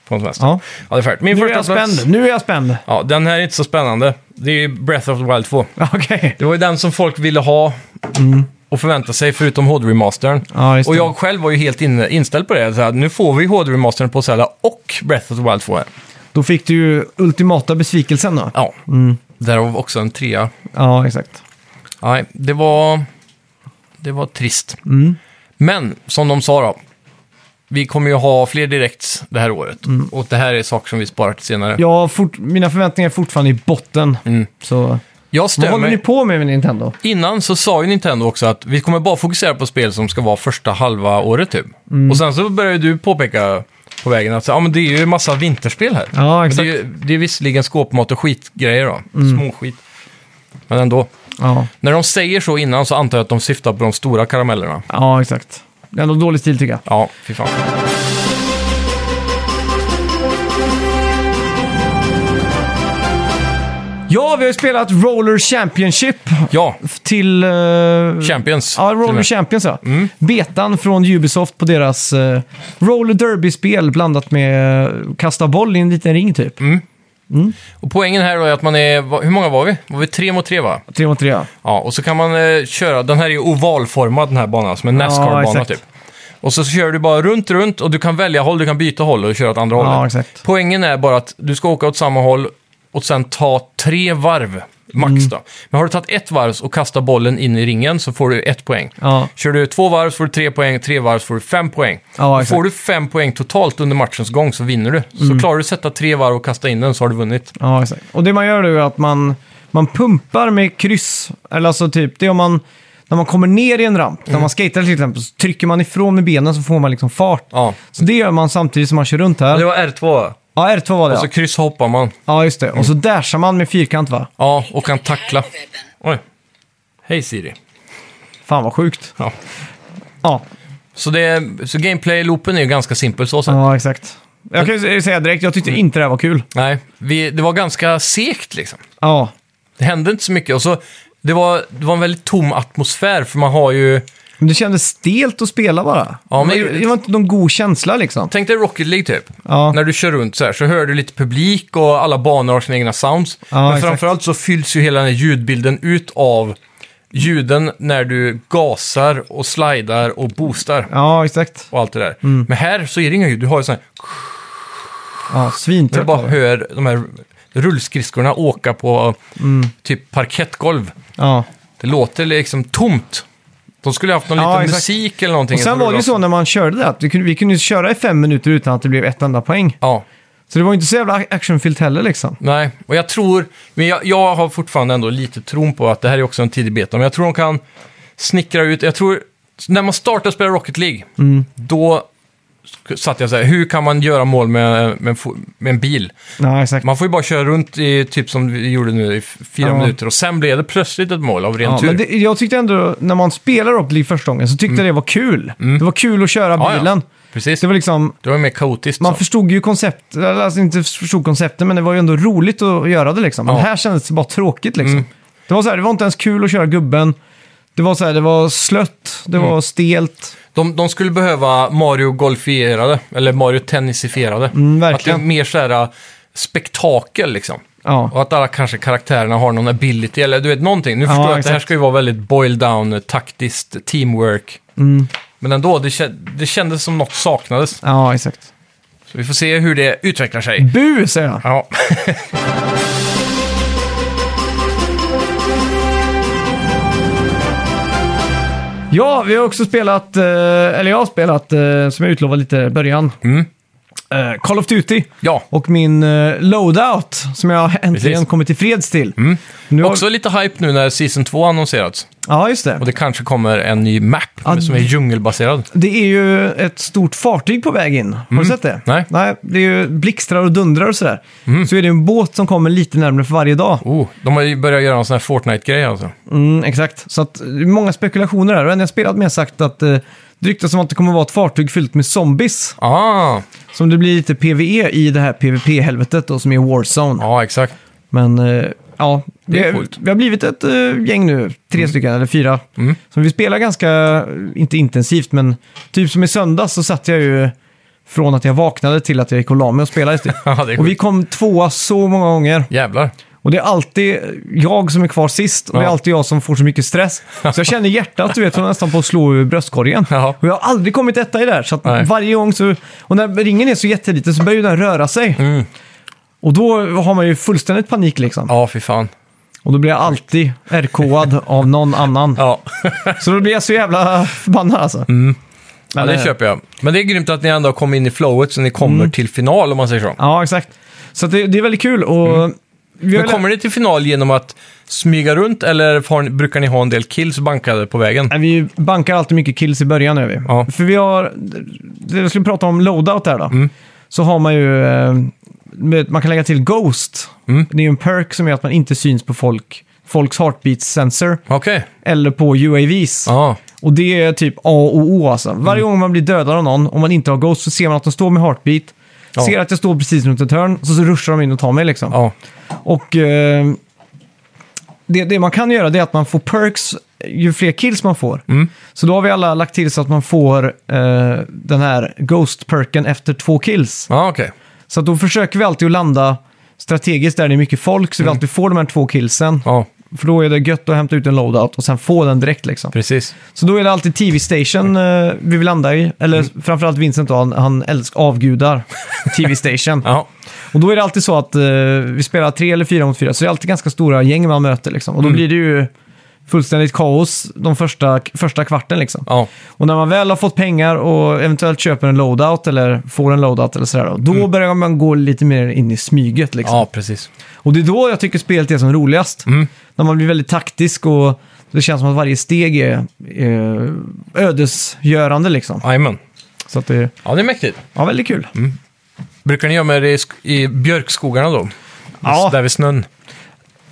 På en semester.
Mm. Ja.
ja, det är färdigt. Min
Nu är
första
jag
plats-
spänd. Nu är jag spänd.
Ja, den här är inte så spännande. Det är ju Breath of the Wild 2.
Okej.
Det var ju den som folk ville ha och förvänta sig, förutom HD-remastern.
Ja, just
och
det.
jag själv var ju helt inne, inställd på det. Så här, nu får vi HD-remastern på Zelda och Breath of the Wild 2 här.
Då fick du ju ultimata besvikelsen då.
Ja,
Mm.
därav också en trea.
Ja, exakt.
Nej, det var, det var trist.
Mm.
Men, som de sa då, vi kommer ju ha fler direkt det här året.
Mm.
Och det här är saker som vi sparar till senare.
Jag har fort, mina förväntningar är fortfarande i botten. Så
Jag
vad
Mm. stör
håller
mig.
ni på med med Nintendo?
Innan så sa ju Nintendo också att vi kommer bara fokusera på spel som ska vara första halva året typ.
Mm.
Och sen så började ju du påpeka på vägen att så, ja, men det är ju en massa vinterspel här.
Ja,
Men
exakt. Mm.
Det är, ju- det är visserligen skåpmat och skitgrejer då, småskit. Men ändå.
Ja,
När de säger så innan så antar jag att de syftar på de stora karamellerna.
ja exakt. Det är ändå dålig stil tycker jag.
Ja, fy fan.
Ja, vi har ju spelat Roller Championship
Ja,
till... eh,
Champions.
Ja, Roller
till och med. Mm.
Champions ja. Betan från Ubisoft på deras eh, Roller Derby-spel blandat med eh, kasta boll i en liten ring typ.
Mm. Och poängen här då är att man är... va- Hur många var vi? Var vi tre mot tre va?
Tre mot tre ja.
Ja, och så kan man eh, köra... Den här är ju ovalformad den här banan, som en Nascar-bana
exakt.
typ. Och så kör du bara runt, runt och du kan välja håll, du kan byta håll och köra åt andra hållet.
Ja, exakt.
Poängen är bara att du ska åka åt samma håll och sen ta tre varv, max
Mm.
då. Men har du tagit ett varv och kastat bollen in i ringen så får du ett poäng.
Ja.
Kör du två varv så får du tre poäng, tre varv så får du fem poäng.
Ja,
Och
exakt. Mm.
får du fem poäng totalt under matchens gång så vinner du. Så klarar du att sätta tre varv och kasta in den så har du vunnit.
Ja, exakt. Och det man gör då är att man, man pumpar med kryss. Eller alltså typ, det är om man... När man kommer ner i en ramp,
Mm.
när man skater till exempel, så trycker man ifrån med benen så får man liksom fart.
Ja.
Så det gör man samtidigt som man kör runt här.
Det var R2.
Ja, R2 var det
Och så
ja.
krysshoppar man.
Ja, just det. Och så dashar man med fyrkant va?
Ja, och kan tackla. Oj. Hej Siri.
Fan vad sjukt.
Ja.
Ja,
Så, det, så gameplay-loopen är ju ganska simpel så sett.
ja exakt. Jag kan ju säga direkt, jag
Mm.
tyckte inte det här var kul.
Nej, vi, det var ganska segt liksom.
Ja,
Det hände inte så mycket. Och så, det, var, det var en väldigt tom atmosfär, för man har ju...
men det kändes stelt att spela bara.
Ja, men-
det, var, det var inte någon god känsla liksom.
Tänk dig Rocket League typ.
Ja.
När du kör runt så här så hör du lite publik och alla banor har sina egna sounds.
Ja,
Men
exakt.
framförallt så fylls ju hela den här ljudbilden ut av ljuden när du gasar och slidar och boostar
Ja, exakt.
och allt det där.
Mm.
Men här så är det inga ljud. Du har ju sån här,
Ja,
du
svintört.
bara
var det.
hör de här rullskridskorna åka på
Mm.
typ parkettgolv.
Ja.
Det låter liksom tomt. De skulle ha haft någon
Ja,
liten
exakt.
musik eller någonting.
Och sen
som
var det ju
rullade
så när man körde det att vi kunde, vi kunde ju köra i fem minuter utan att det blev ett enda poäng.
Ja,
Så det var ju inte så jävla actionfyllt heller liksom.
nej. Och jag tror, men jag, jag har fortfarande ändå lite tron på att det här är också en tidig beta. Men jag tror de kan snickra ut, jag tror, när man startade spela Rocket League,
Mm.
då sk- satt jag så här, hur kan man göra mål med, med, en fo- med en bil?
Ja, exakt.
Man får ju bara köra runt i typ som vi gjorde nu i f- fyra
Ja.
minuter och sen blev det plötsligt ett mål av ren
Ja,
tur. Mm.
men det, jag tyckte ändå, när man spelade Rocket League första gången så tyckte jag det var kul. Det var kul att köra
Ja, ja.
bilen.
Precis,
Det var liksom,
det var ju mer kaotiskt.
man
så.
förstod ju koncept, eller alltså inte förstod konceptet, men det var ju ändå roligt att göra det liksom. Men
Ja. Mm.
här kändes det bara tråkigt liksom. Det var så här, det var inte ens kul att köra gubben. Det var så här, det var slött, det
Mm.
var stelt.
De, de skulle behöva Mario Golfierade, eller Mario Tennisifierade. att det är
Mm, verkligen.
mer så här äh, spektakel liksom.
Ja.
Och att alla kanske karaktärerna har någon ability, eller du vet någonting. Nu förstår jag att det här
exakt.
ska ju vara väldigt boiled down, eh, taktiskt, teamwork.
Mm.
Men ändå, det, kä- det kändes som något saknades.
ja, exakt.
Så vi får se hur det utvecklar sig.
Bu, säger jag.
Ja.
Ja, vi har också spelat, eh, eller jag har spelat, eh, som jag utlovade lite i början,
Mm.
eh, Call of Duty.
ja.
Och min eh, loadout, som jag äntligen
Precis. Mm.
kommit till freds till. Nu har,
Också lite hype nu när Season 2 annonserats.
Ja, just det.
Och det kanske kommer en ny map
Ja,
som är djungelbaserad.
Det är ju ett stort fartyg på väg in. Har du sett det?
Nej.
Nej, det är ju blixtrar och dundrar och sådär. Så är det en båt som kommer lite närmare för varje dag.
Oh, de har ju börjat göra en sån här Fortnite-grej alltså.
Mm, exakt. Så att, det är många spekulationer här. Och en jag spelat med har sagt att eh, det ryktas som att det kommer vara ett fartyg fyllt med zombies.
Ah,
Som det blir lite PVE i det här PVP-helvetet då, som är Warzone.
ja exakt.
Men eh, ja,
Det är
vi,
coolt. Mm.
vi har blivit ett eh, gäng nu, tre stycken eller fyra. Som vi spelar ganska, eh, inte intensivt, men typ som i söndags så satt jag ju från att jag vaknade till att jag gick och la mig och spelade. Typ.
Ja, det är
och vi kom tvåa så många gånger.
Jävlar.
Och det är alltid jag som är kvar sist och det är
Ja.
alltid jag som får så mycket stress. Så jag känner hjärtat, du vet, som nästan på att slå ur bröstkorgen.
Ja.
Och jag har aldrig kommit etta i det här. Så att
Nej.
varje gång så... Och när ringen är så jätteliten så börjar ju den röra sig.
Mm.
Och då har man ju fullständigt panik liksom.
Ja, fy fan.
Och då blir jag alltid RK-ad av någon annan.
Ja, Mm.
Så då blir jag så jävla förbannad alltså.
ja det
eh,
köper jag. Men det är grymt att ni ändå har kommit in i flowet så ni kommer till final om man säger så.
Mm. Ja, exakt. Så att det, det är väldigt kul och... Vi har
Mm. Men
väl-
kommer ni till final genom att smyga runt eller har ni, brukar ni ha en del kills bankade på vägen?
Nej, Vi bankar alltid mycket kills i början. Är vi.
Ja.
För vi har, det jag skulle prata om loadout där då.
Mm.
Så har man ju,
Mm.
eh, med- man kan lägga till Ghost. Det är ju en perk som är att man inte syns på folk folks heartbeat sensor
Okej.
eller på UAVs.
Ja.
Och det är typ A och O alltså. Varje
Mm.
gång man blir dödad av någon, om man inte har Ghost, så ser man att de står med heartbeat.
Ja.
Ser att jag står precis runt ett hörn, så, så ruschar de in och tar mig liksom.
Ja.
Och eh, det, det man kan göra det är att man får perks ju fler kills man får.
Mm.
Så då har vi alla lagt till så att man får eh, den här Ghost-perken efter två kills.
Ja, okej.
Så att då försöker vi alltid att landa strategiskt där det är mycket folk, så vi alltid får de här två killsen.
Mm. Ja,
För då är det gött att hämta ut en loadout och sen få den direkt liksom.
precis.
Så då är det alltid TV Station eh, vi vill landa i. Eller framförallt Vincent då, han, han älsk, avgudar TV Station.
Ja.
Och då är det alltid så att eh, vi spelar tre eller fyra mot fyra, så det är alltid ganska stora gäng man möter liksom. Och då blir det ju fullständigt kaos de första, första kvarten liksom.
Ja.
Och när man väl har fått pengar och eventuellt köper en loadout eller får en loadout eller sådär, då, då börjar man gå lite mer in i smyget liksom.
ja, precis.
Och det är då jag tycker spelet är som roligast.
Mm.
När man blir väldigt taktisk och det känns som att varje steg är eh, ödesgörande liksom.
Jajamän.
Så att det är
Ja, det är mäktigt.
ja, väldigt kul.
Mm. Brukar ni gömma er i, sk- i björkskogarna då?
Ja.
Där vid snön?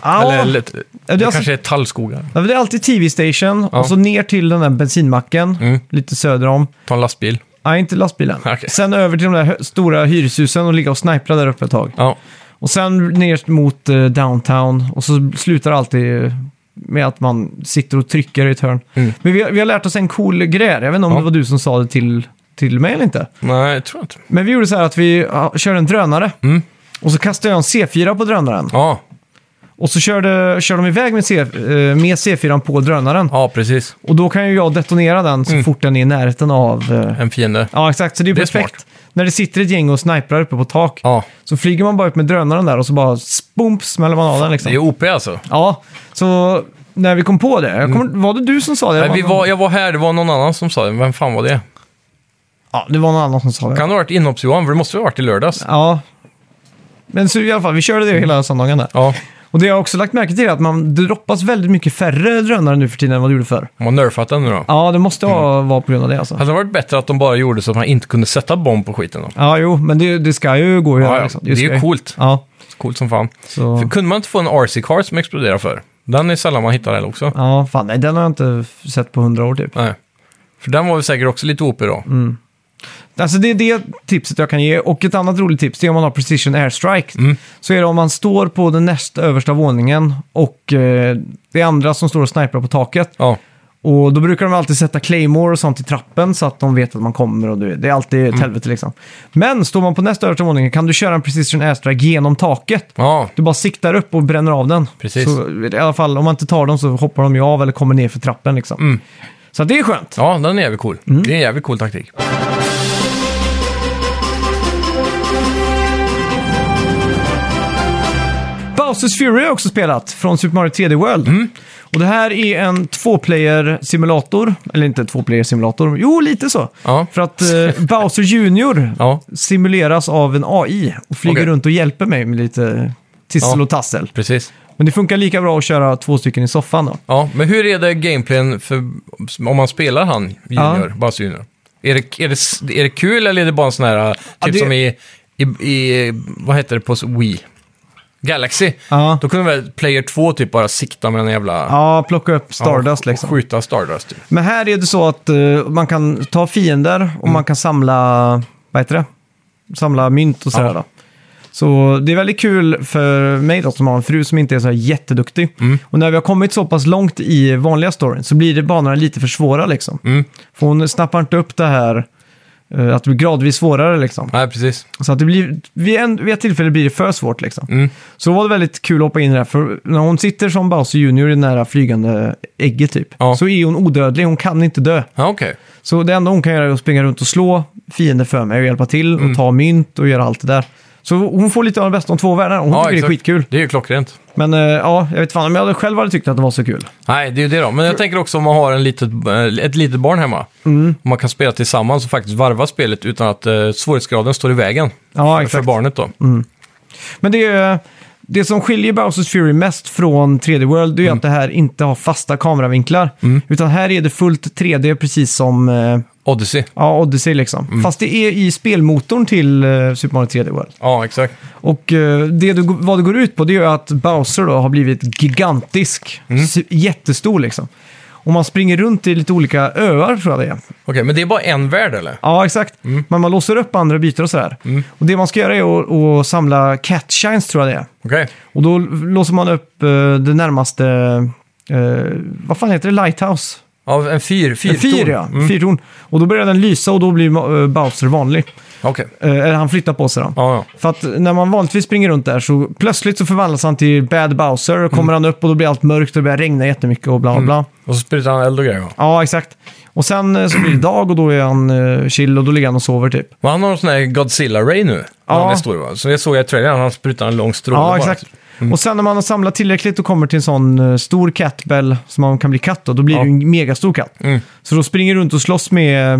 Ja,
Eller, eller det
alltså-
kanske är tallskogar?
ja, men det är alltid TV Station
Ja.
och så ner till den där bensinmacken
Mm.
lite söder om.
Ta en lastbil?
Nej, inte lastbilen.
Okej.
Sen över till de där hö- stora hyreshusen och ligga och snipra där uppe ett tag.
Ja.
Och sen ner mot eh, downtown och så slutar det alltid eh, med att man sitter och trycker i ett hörn.
Mm.
Men vi har, vi har lärt oss en cool grej. Jag vet inte om
Ja.
det var du som sa det till, till mig eller inte.
Nej, jag tror inte.
Men vi gjorde så här att vi ja, körde en drönare.
Mm.
Och så kastade jag en C4 på drönaren.
Ja,
Och så körde, körde de iväg med, C, eh, med C4 på drönaren.
ja precis.
Och då kan ju jag detonera den så fort den är i närheten av... eh,
En fiende.
Ja, exakt. Så det är
Mm. Det är
perfekt.
smart.
När det sitter ett gäng och sniprar uppe på tak
Ja.
så flyger man bara upp med drönaren där och så bara spump smäller man av den
Det
liksom.
är OP alltså.
Ja, så när vi kom på det, jag kommer, var det du som sa det?
Mm. Nej, vi var, jag var här, det var någon annan som sa det. Vem fan var det?
Ja, det var någon annan som sa det.
Kan det ha varit inhopps-Johan? För det måste ha varit i lördags.
Ja. Men så i alla fall, vi körde det hela söndagen där.
Ja,
Och det jag också lagt märke till är att man det droppas väldigt mycket färre drönare nu för tiden än vad det gjorde förr.
de har nerfat den nu då.
Ja, det måste vara
Mm.
vara på grund av det alltså.
Hade det varit bättre att de bara gjorde så att man inte kunde sätta bomb på skiten då?
Ja, jo, men det, det ska ju gå att göra.
Ja, ja.
liksom.
Det är ju
ska
coolt.
Ja,
Coolt som fan. För,
så...
kunde man inte få en RC-car som exploderar för? Den är sällan man hittar heller också.
Ja, fan, nej, den har jag inte sett på hundra år typ.
Nej. För den var väl säkert också lite OP då.
Mm. Alltså det är det tipset jag kan ge. Och ett annat roligt tips det är om man har precision airstrike. Så är det om man står på den näst översta våningen och eh, det är andra som står och sniprar på taket.
Ja,
Och då brukar de alltid sätta claymore och sånt i trappen så att de vet att man kommer och du, vet, det är alltid ett helvete liksom. Men står man på näst översta våningen kan du köra en precision airstrike genom taket.
ja
Du bara siktar upp och bränner av den.
Precis.
Så, I alla fall om man inte tar dem så hoppar de ju av eller kommer ner för trappen liksom. Så att det är skönt.
ja den är jävligt cool.
Mm.
Det är en jävligt cool taktik.
Bowsers Fury har jag också spelat från Super Mario 3D World.
Mm.
Och det här är en tvåplayer simulator. Eller inte tvåplayer simulator, jo lite så.
Ja.
För att eh, Bowser Junior
Ja.
simuleras av en AI och flyger
Okej.
runt och hjälper mig med lite tissel
Ja.
och tassel.
Precis.
Men det funkar lika bra att köra två stycken i soffan då.
Ja, men hur är det gameplayen för, om man spelar han, Junior, Bas Junior? Är det, är, det, är det kul eller är det bara en sån här, typ
det-
som i, i, i, vad heter det på s- Wii? Galaxy.
Ja.
Då kunde väl Player 2 typ bara sikta med en jävla...
Ja, plocka upp Stardust
och
liksom.
Skjuta Stardust. Typ.
Men här är det så att eh, man kan ta fiender och
Mm.
man kan samla, vad heter det? Samla mynt och sådär
Ja.
då. Så det är väldigt kul för mig då som har en fru som inte är så här jätteduktig.
Mm.
Och när vi har kommit så pass långt i vanliga storyn så blir det banorna lite för svåra liksom.
Mm.
För hon snappar inte upp det här eh, att det blir gradvis svårare liksom.
Nej, precis.
Så att det blir, vid, en, vid ett tillfälle blir det för svårt liksom.
Mm.
Så då var det väldigt kul att hoppa in i det här, för när hon sitter som Bowser Junior i det nära flygande ägget typ,
Ja.
så är hon odödlig, hon kan inte dö.
Ja, okej.
Så det enda hon kan göra är att springa runt och slå fiender för mig och hjälpa till
Mm.
och ta mynt och göra allt det där. Så hon får lite av det bästa av två världar. Hon
Ja,
tycker
exakt.
det är skitkul.
Det är ju klockrent.
Men eh, ja, jag vet fan om jag hade- själv hade tyckt att det var så kul.
Nej, det är ju det då. Men jag tänker också om man har en litet, eh, ett litet barn hemma.
Mm.
Om man kan spela tillsammans och faktiskt varva spelet utan att eh, svårighetsgraden står i vägen
Ja,
för
exakt. Mm.
barnet då.
Men det, är, det som skiljer Bowsers Fury mest från 3D World det är att det här inte har fasta kameravinklar. Utan här är det fullt 3D precis som eh,
Odyssey.
Ja, Odyssey liksom. Fast det är i spelmotorn till eh, Super Mario 3D World.
Ja, exakt.
Och eh, det du, vad det går ut på det är ju att Bowser då har blivit gigantisk. S- Jättestor liksom. Och man springer runt i lite olika öar tror jag det är.
Okej, men det är bara en värld eller?
Ja, exakt. Men man låser upp andra bitar och sådär. Och det man ska göra är att, att samla catshines tror jag det är.
Okej.
Och då låser man upp eh, det närmaste, eh, vad fan heter det, lighthouse?
Ja, en fyr. Fyrtorn. Mm,
En fyr ja, fyrtorn. Och då börjar den lysa och då blir eh, Bowser vanlig.
Okej.
Eh, Eller han flyttar på sig då.
Ja, ja.
För att när man vanligtvis springer runt där så plötsligt så förvandlas han till Bad Bowser och kommer
Mm.
han upp och då blir allt mörkt och det börjar regna jättemycket och bla bla bla.
Och så sprutar han eld och grejer va?
Ja, exakt. Och sen eh, så blir det dag och då är han uh, chill och då ligger han och sover typ.
Men han har en sån här Godzilla-ray nu.
Ja.
Han är stor va? Så jag såg jag i trailern, han sprutar en lång stråle
Ja,
bara. Mm.
exakt. Och sen när man har samlat tillräckligt och kommer till en sån eh, stor catbell som man kan bli katt då, då blir
Ja.
det ju en megastor katt.
Mm.
Så då springer du runt och slåss med eh,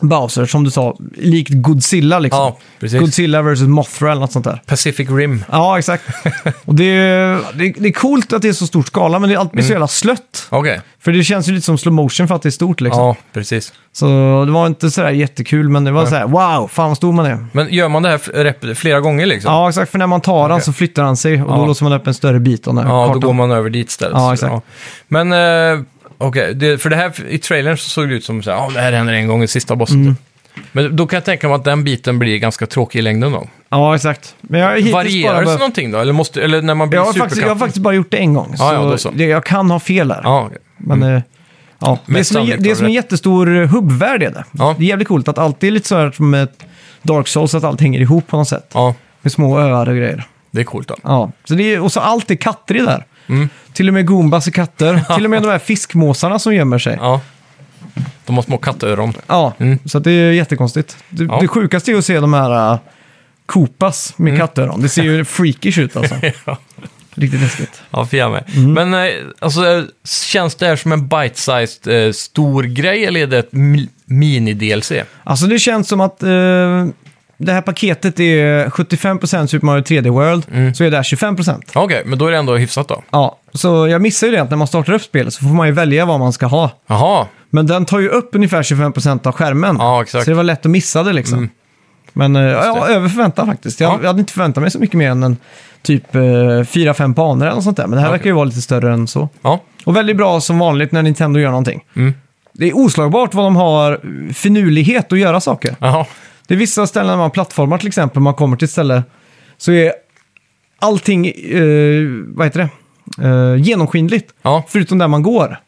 Bowser, som du sa, likt Godzilla liksom.
Ja, precis.
Godzilla vs. Mothra eller något sånt där.
Pacific Rim.
Ja, exakt. Och det, är, det, är- det är coolt att det är så stor skala, men det är alltid
Mm.
så jävla slött.
Okej.
För det känns ju lite som slow motion för att det är stort liksom.
Ja, precis.
Så det var inte sådär jättekul, men det var såhär wow, fan vad stor man är.
Men gör man det här f- rep- flera gånger liksom?
Ja, exakt. För när man tar han så flyttar han sig och
Ja.
då låser man upp en större bit av den här
Ja,
kartan.
då går man över dit istället.
Ja, exakt.
Men, eh, okej, det- för det här i trailern så såg det ut som så här, "Ja, det här händer en gång i sista bossen.
Mm.
typ. Men då kan jag tänka mig att den biten blir ganska tråkig i längden då.
Ja, exakt. Men jag har hittills
Varierar det
bara
sig
behövt...
någonting då? Eller, måste, eller när man blir
jag, har
superkatt?
faktiskt, jag har faktiskt bara gjort det en gång, så,
ja, då så.
Det, jag kan ha fel där.
Ja, okej.
Men, eh, ja. Det är
Mm. Mest
som en,
sannolikt
det är
har du
som en
rätt.
jättestor eh, hubbvärld. Är det.
Ja.
det är jävligt coolt att allt det är lite så här som ett Dark Souls, att allt hänger ihop på något sätt.
ja,
Med små öar och grejer.
det är coolt då.
Ja. Så det är, och så allt är katter i där.
Mm.
Till och med Goombas är katter. till och med de här fiskmåsarna som gömmer sig. Ja.
Ja. De har små kattöron.
Så att det är jättekonstigt. Det,
Ja.
det sjukaste är att se de här uh, Koopas med kattöron. Det ser ju freakish ut alltså.
Mm. Ja.
Riktigt läskigt.
Ja, för jag med.
Mm.
Men eh, alltså, eh, känns det här som en bite-sized eh, stor grej eller är det ett mi- mini-DLC?
Alltså det känns som att eh, det här paketet är 75% Super Mario 3D World,
Mm.
så är det här 25%.
Okej, men då är det ändå hyfsat då.
Ja, så jag missar ju det att när man startar upp spelet så får man ju välja vad man ska ha.
Jaha,
Men den tar ju upp ungefär 25% av skärmen.
Ja, exakt. Mm.
Så det var lätt att missa det liksom. Men eh, ja, över förväntan faktiskt. Jag,
Ja.
jag hade inte förväntat mig så mycket mer än en, typ eh, 4-5 banor eller något sånt där. Men det här
Okej.
verkar ju vara lite större än så.
ja.
Och väldigt bra som vanligt när Nintendo gör någonting.
Mm.
Det är oslagbart vad de har eh, finurlighet att göra saker.
Jaha.
Det är vissa ställen när man plattformar till exempel, man kommer till ett ställe, så är allting, eh, vad heter det, eh, genomskinligt.
Ja.
Förutom där man går.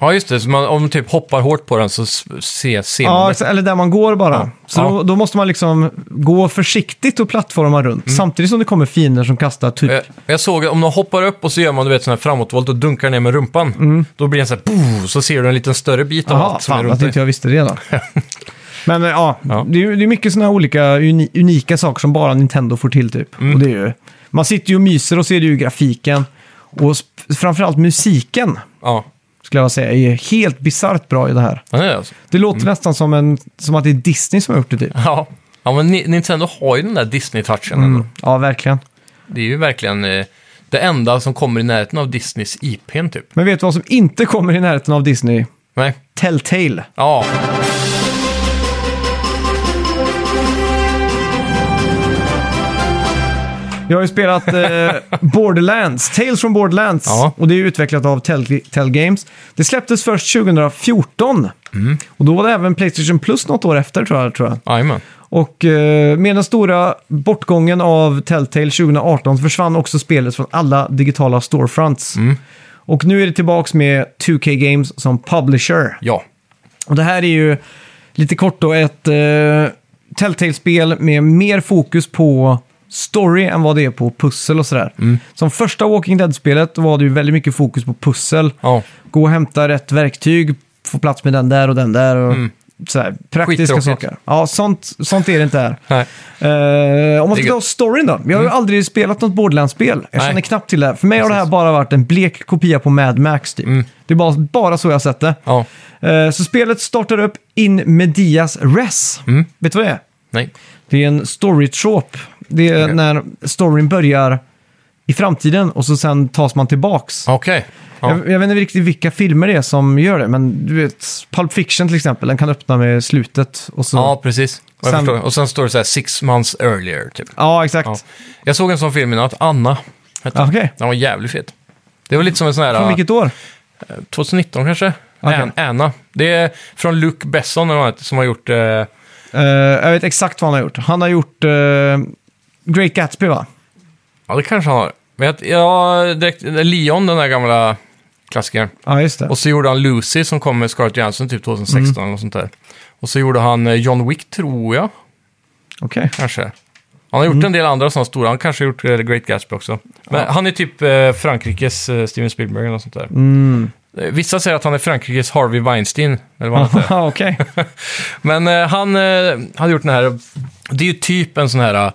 Ja, just det. Så man, om man typ hoppar hårt på den så s- ser, ser
Ja,
man det.
exa- eller där man går bara.
Ja.
Så
Ja.
Då, då måste man liksom gå försiktigt och plattforma runt,
Mm.
samtidigt som det kommer fiender som kastar typ...
Jag, Eh, jag såg att om de hoppar upp och så gör man du vet, sån här framåtvolt och dunkar ner med rumpan. Då blir den så här, "Poof", så ser du en liten större bit av
Jaha,
allt som är
Mm. fan alltså, typ.
runt
att
dig.
inte jag visste det då. Men eh, ja,
Ja.
det är ju det är mycket sådana olika uni, unika saker som bara Nintendo får till typ.
Mm.
Och det är ju, man sitter ju och myser och ser ju grafiken. Och sp- framförallt musiken.
Ja,
skulle jag säga, är helt bisarrt bra i det här.
den är det alltså.
Det låter nästan som, en, som att det är Disney som har gjort det typ.
Ja. ja, men Ni- Nintendo har ju den där Disney-touchen ändå.
Ja, verkligen.
Det är ju verkligen eh, det enda som kommer i närheten av Disneys IPn typ.
Men vet du vad som inte kommer i närheten av Disney?
Nej.
Telltale.
Ja.
Jag har ju spelat eh, Borderlands, Tales from Borderlands.
Ja.
Och det är utvecklat av Tell, Tell Games. Det släpptes först 2014. Och då var det även Playstation Plus något år efter tror jag. Tror jag.
Jajamän.
Och eh, med den stora bortgången av Telltale 2018 försvann också spelet från alla digitala storefronts. Och nu är det tillbaks med 2K Games som publisher.
Ja.
Och det här är ju lite kort då ett eh, Telltale-spel med mer fokus på story än vad det är på pussel och sådär. Som första Walking Dead-spelet var det ju väldigt mycket fokus på pussel.
ja.
Gå och hämta rätt verktyg, få plats med den där och den där. Och sådär, praktiska
Mm. Skittråkigt.
saker. Ja, sånt, sånt är det inte här.
Nej.
Eh, om man
Det är Mm.
ska ta storyn då. Jag har ju aldrig spelat något Borderlands-spel. Jag
Nej.
känner knappt till det här. För mig har det här bara varit en blek kopia på Mad Max typ. Det är bara, bara så jag har sett det.
Mm. Ja.
Eh, så spelet startar upp in medias res.
Mm.
Vet du vad det är?
Nej.
Det är en story trope. Det är när storyn börjar i framtiden och så sen tas man tillbaks.
Okej. Ja.
Jag, jag vet inte riktigt vilka filmer det är som gör det, men du vet, Pulp Fiction till exempel, den kan öppna med slutet och så...
ja, precis. Och, jag
Sen-
förstår. och sen står det så här six months earlier, typ.
Ja, exakt.
Ja. Jag såg en sån film i natt, Anna. Hette
Ja,
den.
Ah, Okej.
den var jävligt fet. Det var lite som en sån här...
Från vilket år?
2019 kanske?
Okej.
An- Anna. Det är från Luke Besson eller något, som har gjort... Eh,
Eh, jag vet exakt vad han har gjort. Han har gjort eh, Great Gatsby, va?
ja, det kanske han har. Men jag, jag direkt, eh, Leon, den där gamla klassikern.
Ja, just det.
Och så gjorde han Lucy som kom med Scarlett Johansson typ
Mm.
2016 eller något sånt där. Och så gjorde han eh, John Wick, tror jag,
Okej.
kanske. Han har gjort
Mm.
en del andra sådana stora. Han kanske har gjort eh, Great Gatsby också. Men han är typ eh, Frankrikes eh, Steven Spielberg eller något sånt där.
Mm.
Eh, Vissa säger att han är Frankrikes Harvey Weinstein, eller vad han heter.
Ja, Okej.
Men eh, han eh, hade gjort den här, det är ju typ en sån här eh,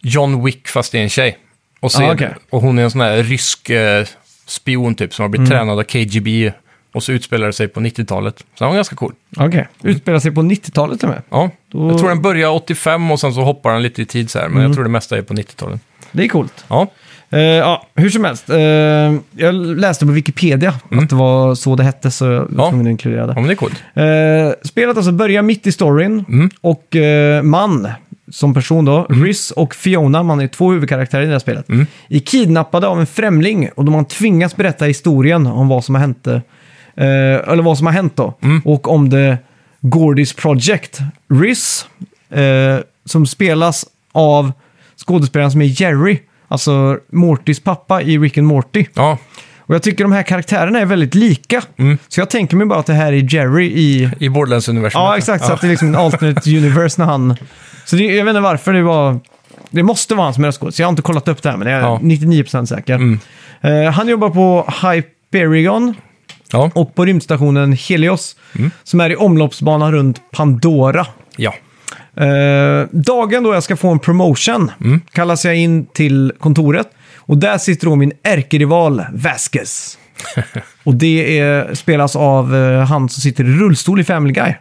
John Wick fast det är en tjej. Och, så
Ja,
är-
Ah, okej.
och hon är en sån här rysk eh, spion typ som har
Mm.
blivit tränad av KGB. Och så utspelar det sig på 90-talet. Så han var ganska cool.
Okej. Utspelar sig på 90-talet till och med.
Ja.
Då- Mm.
Jag tror den börjar 85 och sen så hoppar den lite i tid så här. Men jag tror det mesta är på 90-talet.
Det är coolt.
Ja,
Eh, ja, hur som helst. Eh, jag läste på Wikipedia att det var så det hette, så jag var
Mm. Ja.
tvungen att inkludera
ja
det.
men det är coolt.
Eh, spelet alltså börjar mitt i storyn och eh, man, som person då, Rhys och Fiona, man är två huvudkaraktärer i det här spelet, är kidnappade av en främling och de har tvingats berätta historien om vad som har hänt, eh, eller vad som har hänt då, och om det Gordys Project. Rhys, eh, som spelas av skådespelaren som är Jerry, alltså Mortys pappa i Rick and Morty.
Ja,
Och jag tycker de här karaktärerna är väldigt lika. Så jag tänker mig bara att det här är Jerry i...
i Borderlands-universumet.
Ja, exakt. Så att det är liksom en alternate universe när han... Så det, jag vet inte varför det var... Det måste vara han som är röstskådis. Jag har inte kollat upp det här, men jag är
Ja.
99% säker. Eh, han jobbar på Hyperion
Ja.
och på rymdstationen Helios, som är i omloppsbana runt Pandora.
ja.
Eh, dagen då jag ska få en promotion kallas jag in till kontoret och där sitter då min ärkerival Vasquez. och det är, spelas av eh, han som sitter i rullstol i Family Guy.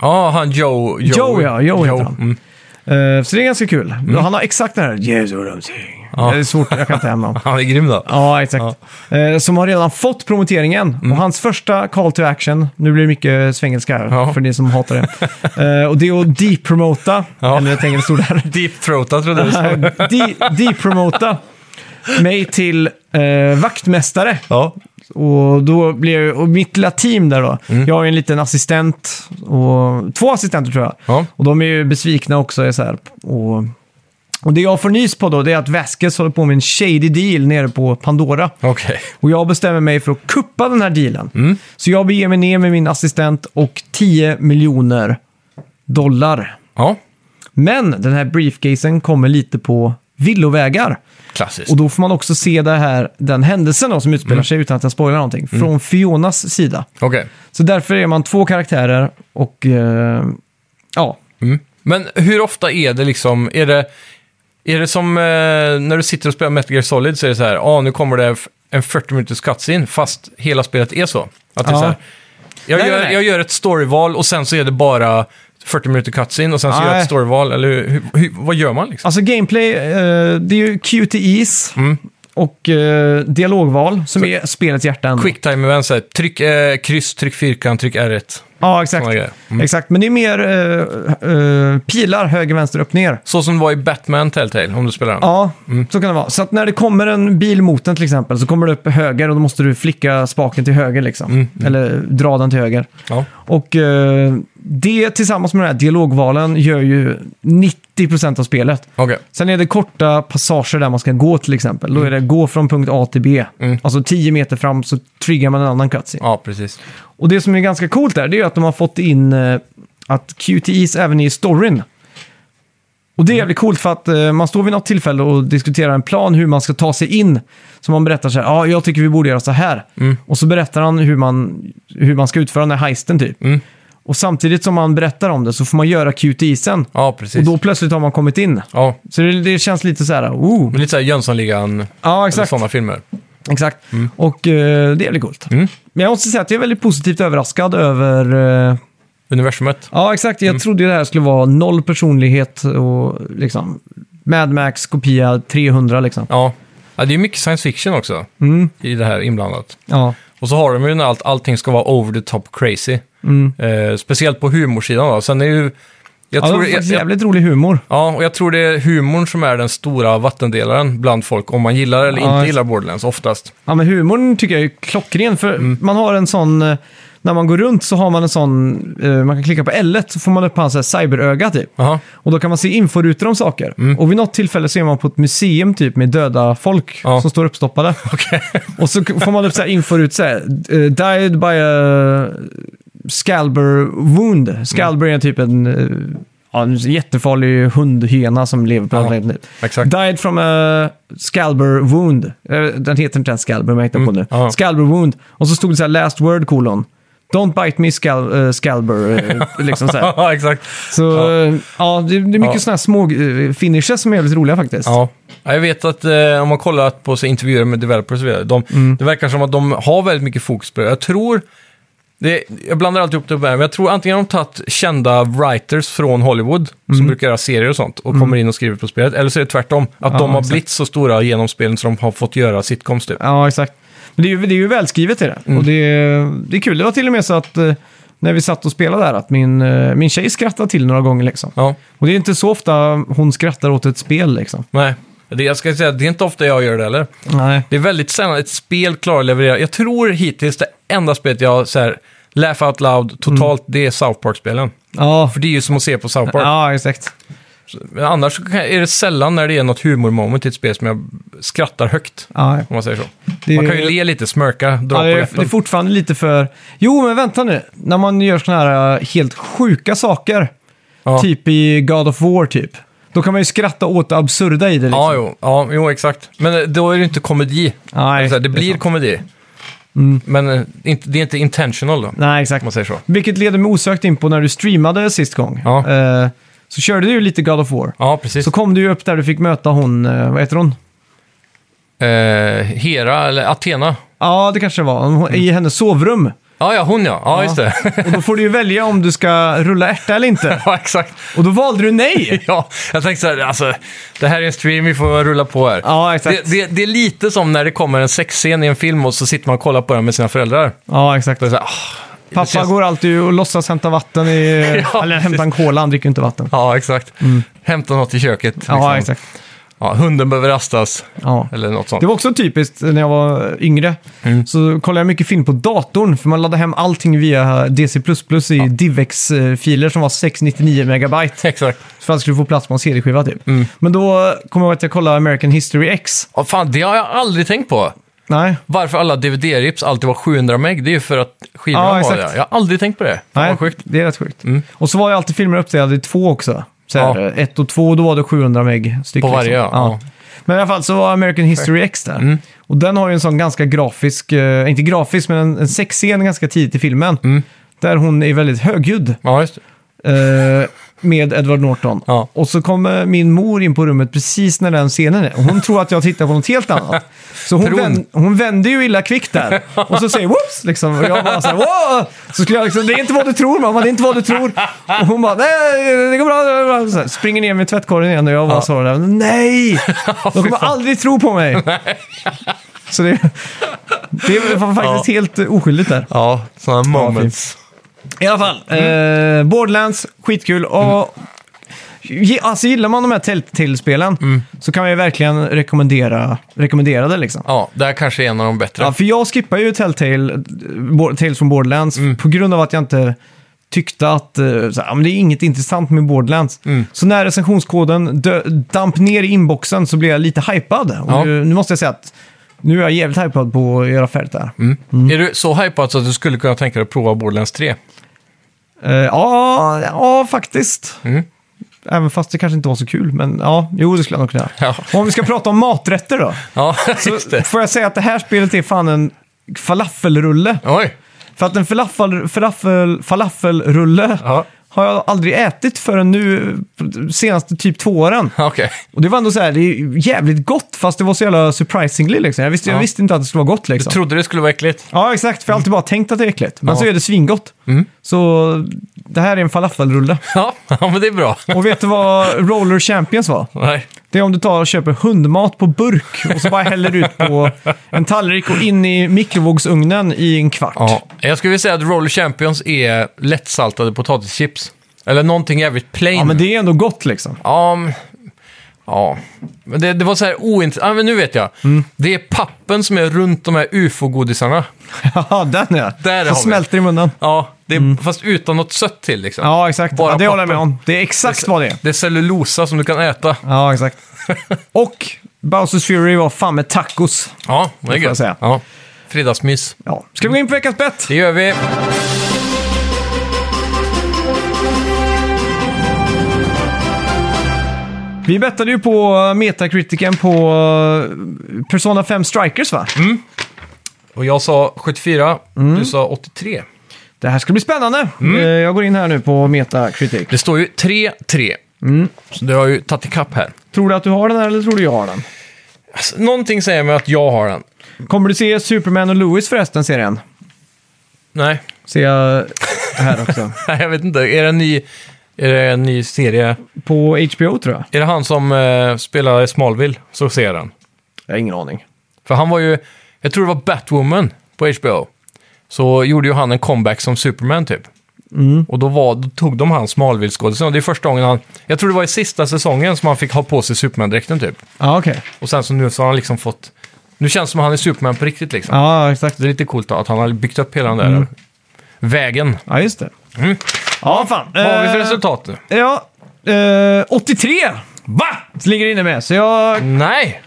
Ja, han Joe.
Joe, ja, Joe heter han.
Mm.
Eh, så det är ganska kul. Han har exakt den här Yes, what I'm saying.
Ja.
Det är svårt, jag kan inte hemma.
Han är grym då.
Ja, exakt. Eh, som har redan fått promoteringen. Och hans första call to action, nu blir det mycket svengelska här
Ja.
för ni som hatar det. Eh, och det är att depromota,
Ja.
eller ett engelskt ord där. Eh,
Deep Throat, jag trodde du sa.
de- depromota mig till eh, vaktmästare.
Ja.
Och då blir jag, och mitt lilla team där då. Jag har ju en liten assistent och två assistenter tror jag.
Ja.
Och de är ju besvikna också. Är så här, och, och det jag får nys på då det är att Vasquez håller på med en shady deal nere på Pandora.
Okej.
Och jag bestämmer mig för att kuppa den här dealen. Så jag beger mig ner med min assistent och 10 miljoner dollar.
Ja,
Men den här briefcasen kommer lite på villovägar.
klassiskt.
Och då får man också se det här, den händelsen då, som utspelar
Mm.
sig utan att jag spoilar någonting, från Fionas sida.
Okej.
Så därför är man två karaktärer och eh, ja,
Mm. Men hur ofta är det liksom, är det, är det som eh, när du sitter och spelar Metal Gear Solid så är det så här, ah, nu kommer det f- en 40 minuters cutscene fast hela spelet är så. Att det är
Ja.
så här, jag,
Nej,
gör,
nej, nej.
jag gör ett storyval och sen så är det bara 40 minuter cutscene och sen så gör jag
Nej.
ett storyval. Eller hur, hur, hur, vad gör man liksom?
alltså gameplay, eh, det är ju QTEs
Mm.
och eh, dialogval som
Så-
är spelets hjärta. Ändå.
Quick time events, så här, tryck eh, kryss, tryck fyrkant, tryck R1.
Ja, exakt.
Såna grejer. Mm.
Exakt, men det är mer eh, eh, pilar höger, vänster, upp, ner.
Så som det var i Batman Telltale, om du spelar den.
Ja, så kan det vara. Så att när det kommer en bil mot den till exempel så kommer det upp höger och då måste du flicka spaken till höger liksom.
Mm.
Eller dra den till höger.
Ja.
Och eh, det tillsammans med den här dialogvalen gör ju 90% av spelet.
Okej.
Sen är det korta passager där man ska gå till exempel. Då är det gå från punkt A till B. Alltså 10 meter fram så triggar man en annan cutscene.
Ja, precis.
Och det som är ganska coolt där, det är ju att de har fått in eh, att QTEs även är i storyn. Och det är jävligt coolt för att eh, man står vid något tillfälle och diskuterar en plan hur man ska ta sig in. Så man berättar så här, ja, jag tycker vi borde göra så här. Och så berättar han hur man, hur man ska utföra den här heisten typ. Och samtidigt som man berättar om det så får man göra QTEsen.
Ja, precis.
Och då plötsligt har man kommit in.
Ja,
Så det, det känns lite så här, oh.
men lite så här Jönssonligan,
Ja,
Mm. eller
exakt.
sådana filmer. Mm.
Exakt. Och eh, det är jävligt coolt. Men jag måste säga att jag är väldigt positivt överraskad över eh,
Universumet.
Ja, exakt. Jag trodde ju det här skulle vara noll personlighet och liksom Mad Max kopia 300 liksom.
Ja. ja, det är mycket science fiction också
Mm.
i det här inblandat.
Ja.
Och så har de ju när allt, allting ska vara over the top crazy. Eh, speciellt på humorsidan då. Sen är ju...
Mm. Ja, det
Jag tror,
var
jag,
faktiskt
jag,
jävligt rolig humor.
ja, och jag tror det är humorn som är den stora vattendelaren bland folk, om man gillar eller
Ja,
inte
just-
gillar Borderlands oftast.
Ja, men humorn tycker jag är klockren. För man har en sån... eh, När man går runt så har man en sån... eh, Man kan klicka på L1 så får man upp hans så här cyberöga typ.
Aha.
Och då kan man se inforutor om saker.
Mm.
Och vid något tillfälle så är man på ett museum typ med döda folk
Ja.
som står uppstoppade. och så k- får man upp så här inforut så här, eh, died by a scalber wound. Scalber är typ en, eh, ja, en jättefarlig hundhyena som lever på
Ja,
planeten. typ.
exakt.
Died from a scalber wound. Eh, Den heter inte ens scalber, men jag hittar på nu.
Mm, ja.
Scalber wound. Och så stod det så här last word kolon. Don't bite me scal- eh, scalber. eh, liksom så här.
Ja, exakt.
Så ja, det, det är mycket
Ja.
sådana här små eh, finishes som är väldigt roliga faktiskt.
Ja. Ja, Jag vet att eh, om man kollar på så intervjuer med developers och så vidare, de,
Mm.
det verkar som att de har väldigt mycket fokus på det. Jag tror, det, jag blandar alltid upp det med, men jag tror antingen har de tagit kända writers från Hollywood,
Mm.
som brukar göra serier och sånt, och kommer in och skriver på spelet. Eller så är det tvärtom, att
Ja,
de har
exakt.
blivit så stora genom spelen så de har fått göra sitcoms typ.
Ja, exakt. Men det är ju, det är ju välskrivet i det.
Mm.
Och det, är- det är kul. Det var till och med så att eh, när vi satt och spelade där att min, eh, min tjej skrattade till några gånger liksom.
Ja,
Och det är inte så ofta hon skrattar åt ett spel liksom.
nej. Det, jag ska säga, det är inte ofta jag gör det heller.
Nej.
Det är väldigt sällan ett spel klarar att leverera. Jag tror hittills det enda spelet jag så här, laugh out loud totalt, det är South Park-spelen.
Ja,
För det är ju som att se på South Park.
Mm. ja exakt.
Men annars så kan- är det sällan när det är något humormoment i ett spel som jag skrattar högt.
Ja,
Om man säger så.
Det är
Man
ju-
kan ju le lite, smörka,
Ja,
dra
det,
på
är, det är
läppen.
fortfarande lite för... Jo, men vänta nu. När man gör såna här eh, helt sjuka saker,
Ja.
typ i God of War typ, då kan man ju skratta åt det absurda i det liksom.
Ja, jo, ja, jo, exakt. Men eh, då är det inte komedi.
Nej,
Eller så här,
det är
det blir
sant. Mm.
komedi. Men eh, inte, det är inte intentional då, om
Nej, exakt.
man säger så.
Vilket leder mig osökt in på när du streamade sist gång.
Ja.
Eh, så körde du ju lite God of War.
Ja, precis.
Så kom du ju upp där du fick möta hon, eh, vad heter hon?
Eh, Hera, eller Athena.
Ja, det kanske det var. Hon,
Mm.
I hennes sovrum.
Ja, ja, hon ja. Ja, just det.
Och då får du ju välja om du ska rulla ärta eller inte.
ja, exakt.
Och då valde du nej!
Ja, jag tänkte så här, alltså, det här är en stream, vi får rulla på här.
Ja, exakt.
det, det, det är lite som när det kommer en sexscen i en film och så sitter man och kollar på den med sina föräldrar.
Ja, exakt.
Då är det så här, ah, det
Pappa
känns-
går alltid och låtsas hämta vatten i...
Ja,
eller
precis.
hämta en cola, han dricker ju inte vatten.
Ja, exakt. Hämta något i köket. liksom.
Mm. Ja, exakt.
Ja, hunden behöver rastas.
Ja.
Eller något sånt.
Det var också typiskt när jag var yngre. Så kollade jag mycket film på datorn, för man laddade hem allting via DC++ i DivX-filer som var 699 megabyte.
Exakt.
För att skulle få plats på en CD-skiva typ. Men då kommer jag ihåg att jag kollade American History X.
Ja, fan, det har jag aldrig tänkt på.
Nej,
Varför alla DVD-rips alltid var 700 meg, det är ju för att skivorna
Ja,
var
exakt.
det. Jag har aldrig tänkt på det. Fan,
Nej
vad sjukt. Mm.
det är rätt sjukt. Och så var ju alltid filmer uppdelade i två också. Så här,
Ja.
Ett och två, då var det 700 meg styck.
På varje,
liksom.
ja. Mm.
Men i alla fall så var American History X där. Och den har ju en sån ganska grafisk, eh, inte grafisk, men en, en sexscen ganska tidigt i filmen.
Mm.
Där hon är väldigt högljudd.
Ja, just det.
eh, med Edward Norton.
Ja.
Och så kommer min mor in på rummet precis när den scenen är. Och Hon tror att jag tittar på något helt annat. Så hon,
Tron.
vänd, hon vände ju illa kvickt där. Och så säger whoops! Liksom. Och jag bara så här, wow! Så skulle jag liksom, det är inte vad du tror mamma, det är inte vad du tror. Och hon bara, nej, det går bra. Det går bra. Så här, springer ner med tvättkorgen igen och jag bara
Ja.
så där, nej! De kommer aldrig tro på mig. Så det, det var faktiskt helt eh, oskyldigt där.
Ja, Mm. sådana moments.
I alla fall, eh, Borderlands, skitkul. Och,
Mm.
ge, alltså, gillar man de här Telltale-spelen så kan jag ju verkligen rekommendera, rekommendera det. Liksom.
Ja, det här kanske är en av de bättre.
Ja, för jag skippar ju Telltale, eh, Bo- Tales from Borderlands
Mm.
på grund av att jag inte tyckte att eh, så här, "Ja, men det är inget intressant med Borderlands.
Mm.
Så när recensionskoden dö, damp ner i inboxen så blev jag lite hypad. Och
Ja.
nu, nu måste jag säga att nu är jag jävligt hypad på att göra färdigt det här. Mm.
Är du så hypad så att du skulle kunna tänka dig att prova Borderlands 3?
Eh, ja, ja, faktiskt.
Mm.
Även fast det kanske inte var så kul, men ja, jo, det skulle jag nog kunna göra.
Ja.
Om vi ska prata om maträtter då,
Ja, just det.
får jag säga att det här spelet är fan en falafelrulle.
Oj!
För att en falafel, falafel, falafelrulle
Ja.
har jag aldrig ätit förrän nu, senaste typ två åren.
Okej.
Och det var ändå så här, det är jävligt gott, fast det var så jävla surprisingly liksom. Jag visste, jag
Ja.
visste inte att det skulle vara gott liksom.
Trodde det skulle vara äckligt.
Ja, exakt. För jag har alltid bara tänkt att det är äckligt. Men
Ja. Mm.
så är det svingott. Så det här är en falafelrulle.
Ja, ja men det är bra.
Och vet du vad Roller Champions var?
Nej.
Det är om du tar och köper hundmat på burk och så bara häller ut på en tallrik och in i mikrovågsugnen i en kvart.
Ja, jag skulle vilja säga att Roller Champions är lättsaltade potatischips. Eller någonting jävligt plain.
Ja, men det är ändå gott liksom.
Ja, m- ja. Men det, det var så här ointressant. Ja, men nu vet jag. Det är pappen som är runt de här ufo-godisarna.
Ja, den är
Där har
Som
vi.
smälter i munnen.
Ja, det är, Mm. fast utan något sött till liksom.
Ja, exakt.
Bara
Ja, det håller jag
papper.
med om. Det är exakt vad det är.
Det är cellulosa som du kan äta.
Ja, exakt. Och Bowsers Fury var fan med tacos.
Ja, det är
får jag
gött.
säga.
Ja. Fredagsmys.
Ja. Ska vi gå in på veckans bett?
Det gör vi.
Vi bettade ju på eh, Metacriticen på eh, Persona 5 Strikers va?
Mm. Och jag sa 74, du sa 83.
Det här ska bli spännande.
Mm.
Eh, Jag går in här nu på Metacritic.
Det står ju 3-3. Så du har ju tagit ikapp här.
Tror du att du har den här eller tror du jag har den?
Alltså, någonting säger mig att jag har den.
Kommer du se Superman och Lewis förresten serien?
Nej,
Ser jag här också.
Nej, jag vet inte. Är det en ny, är det en ny serie?
På HBO tror jag.
Är det han som eh, spelar Smallville så ser jag den.
Jag har ingen aning.
För han var ju, jag tror det var Batwoman på HBO. Så gjorde ju han en comeback som Superman typ. Och då, var, då tog de han Smallville-skådisen. Och Det är första gången han, jag tror det var i sista säsongen som han fick ha på sig Superman-dräkten typ.
Ja, okej.
Och sen så nu så har han liksom fått, nu känns det som att han är Superman på riktigt liksom.
Ja, exakt.
Det är lite coolt då, att han har byggt upp hela den där
Mm.
vägen.
Ja, just det.
Mm.
Ja, fan.
Vad har vi för
Eh,
resultat nu?
Ja, eh, 83
Va?
ligger inne med. Så jag
Nej!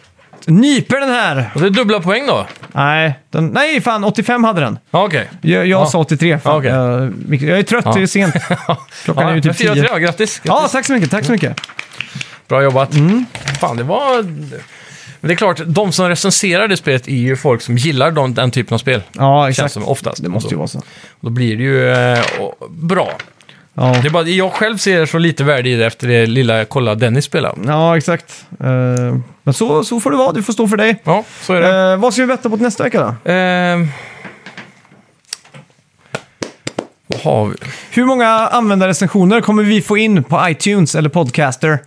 nyper den här.
Och det är dubbla poäng då?
Nej, den, nej fan 85 hade den.
Ja, Okej.
Jag, jag
Ja.
sa 83. Fan.
Okej.
Jag, jag är trött, det är sent. Klockan är ju typ 10.
4 3, grattis.
Ja, Mm. tack så mycket. Tack så mycket.
Bra jobbat. Fan, det var... Men det är klart, de som recenserar det spelet är ju folk som gillar de, den typen av spel.
Ja, exakt.
Känns som oftast.
Det måste ju
Så-
vara så.
Då blir det ju eh, och- bra.
Ja.
Det är bara, jag själv ser så lite värde i det efter det lilla jag kollade Dennis spela.
Ja, exakt. Eh, men så, så får det vara, du får stå för dig.
Ja, så är det.
Eh, vad ska vi betta på till nästa vecka då?
Ehm. Vad har vi?
Hur många användarrecensioner kommer vi få in på iTunes eller Podcaster? Mm.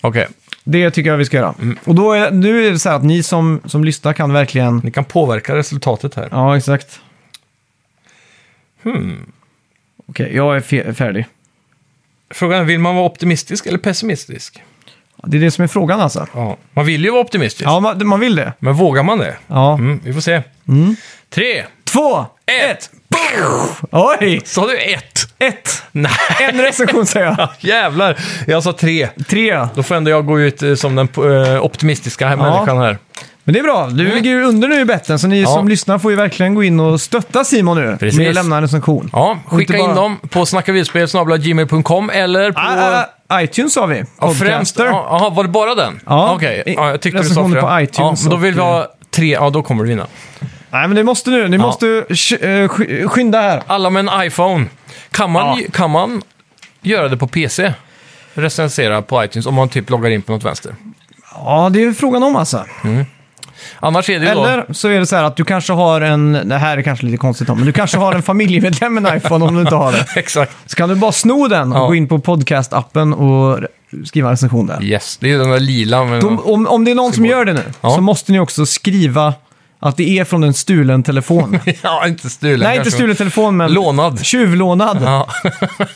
Okej,
Det tycker jag vi ska göra. Och då är, nu är det så här att ni som, som lyssnar kan verkligen...
ni kan påverka resultatet här.
Ja, exakt. Hmm. Okej, jag är fe- färdig.
Frågan är, vill man vara optimistisk eller pessimistisk?
Det är det som är frågan alltså.
Ja. Man vill ju vara optimistisk,
Ja, man, man vill det.
men vågar man det?
Ja.
Mm, vi får se. Tre,
Två!
ett!
Oj!
Sa du ett?
Ett!
Nej,
En recension säger jag.
jävlar! Jag sa tre.
Tre.
Då får ändå jag gå ut eh, som den eh, optimistiska människan här.
Men det är bra. Du ligger ju under nu i betten, så ni
Mm. Ja.
som lyssnar får ju verkligen gå in och stötta Simon nu.
Precis.
Med att lämna en recension.
Ja,
Och inte
skicka in
bara-
dem på snackavidspel.gmail.com eller på...
Ah, ah, iTunes har vi.
Ja, främst...
Podcaster.
Ja, Jaha, var det bara den?
Ja.
Okej,
I-
ja, jag tyckte du sa
recensioner
flera.
på iTunes
ja, men då vill vi
och-
ha tre, ja då kommer du vinna.
Nej, men det måste nu. Ni måste sk- eh, sk- skynda här.
Alla med en iPhone. Kan man,
Ja.
kan man göra det på PC? Recensera på iTunes om man typ loggar in på något vänster.
Ja, det är ju frågan om alltså.
Annars är det ju då...
Eller så är det så här att du kanske har en... Det här är kanske lite konstigt, men du kanske har en familjemedlem med en iPhone om du inte har det.
Exakt.
Så kan du bara sno den och
Ja.
gå in på podcast-appen och re- skriva en recension där.
Yes, det är ju den där lila. Men...
De, om, om det är någon som gör det nu,
Ja.
så måste ni också skriva att det är från en stulen telefon.
Ja, inte stulen
Nej, inte
kanske.
stulen telefon, men...
Lånad.
Tjuvlånad.
Ja.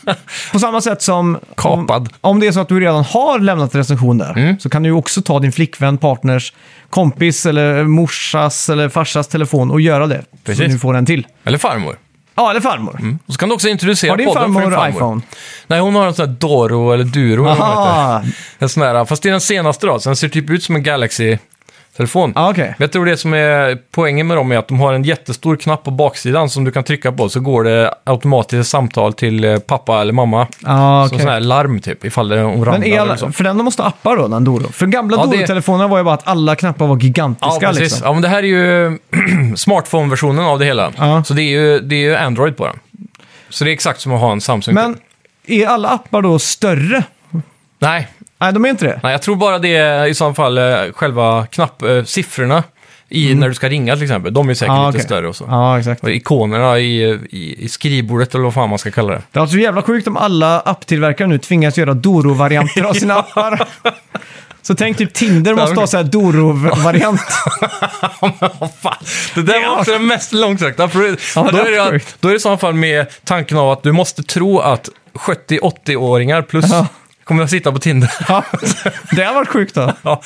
På samma sätt som...
Kapad. Mm.
Om, om det är så att du redan har lämnat recension där, så kan du ju också ta din flickvän, partners, kompis eller morsas eller farsas telefon och göra det. Så
Precis.
du får en till.
Eller farmor.
Ja, eller farmor.
Och så kan du också introducera
Har din
podden
farmor,
för din farmor.
iPhone? Ah,
Nej, hon har en sån här Doro eller Duro. eller vad den heter.
Aha.
En sån här, fast det är den senaste då, så den ser typ ut som en Galaxy-telefon.
Ja, ah, okej.
Men Jag tror det som är poängen med dem är att de har en jättestor knapp på baksidan som du kan trycka på så går det automatiskt samtal till eh, pappa eller mamma.
Ja,
Som sån
Ah, okej.
här larm typ, ifall det- hon ramlar
Men är
eller
alla,
så.
för den måste ha appar då, den Doro. För gamla
liksom. Ja, det-
Doro-telefonerna var ju bara att alla knappar var gigantiska.
Ja, precis.
Liksom.
Ja, men det här är ju smartphone-versionen av det hela.
Ja.
Så det är, ju, det är ju Android på den. Så det är exakt som att ha en Samsung.
Men är alla appar då större?
Nej,
Nej, de är inte det.
Nej, jag tror bara det är i så fall eh, själva knapp, eh, siffrorna i när du ska ringa till exempel. De är säkert
Ja, Mm. Ah,
lite
okej.
större och så.
Ja, exakt.
Och ikonerna i, eh, i, i skrivbordet eller vad fan man ska kalla det.
Det är alltså jävla sjukt om alla apptillverkare nu tvingas göra Doro-varianter av sina appar. Så tänk typ Tinder måste ha så här Doro-variant.
Vad fan. Det där
Det är
var också den mest långsökta. För det-
Ja, det
då,
var
är det, att-
sjukt.
då är det i så fall med tanken av att du måste tro att 70-80-åringar plus
Ja.
kommer att sitta på Tinder.
Ja, det har varit sjukt då.
Ja,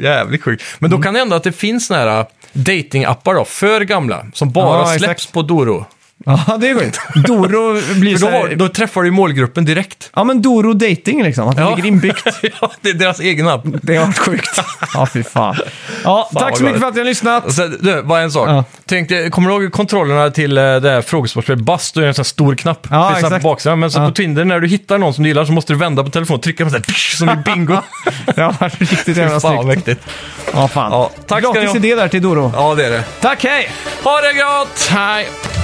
jävligt sjukt. Men
Mm.
då kan det hända att det finns såna här äh, datingappar då, för gamla, som bara
Ja, exakt.
släpps på Doro.
Ja, det är sjukt. Doro blir
För då,
så
har-
här,
då träffar du ju målgruppen direkt.
Ja, men Doro dating liksom. Att det
Ja.
ligger inbyggt.
ja, det är deras egen app.
Det har varit sjukt. Ja, fy fan. Ja, tack
vad
så mycket
galet.
för att ni har lyssnat.
Alltså, du, bara en sak.
Ja.
Tänk dig, kommer du ihåg kontrollerna till eh, det här frågesportspelet Bast? Då är det en sån här stor knapp.
Ja,
det är sån här
exakt.
på baksidan. Men så
Ja.
på Tinder, när du hittar någon som du gillar så måste du vända på telefonen och trycka på sån här "Pish", som i bingo.
Det har varit riktigt jävla
Fan,
snyggt.
mäktigt.
Ja, fan.
Ja, tack ska ni
Gratis
ha.
idé där till Doro.
Ja, det är det.
Tack, hej!
Ha det gott! Hej!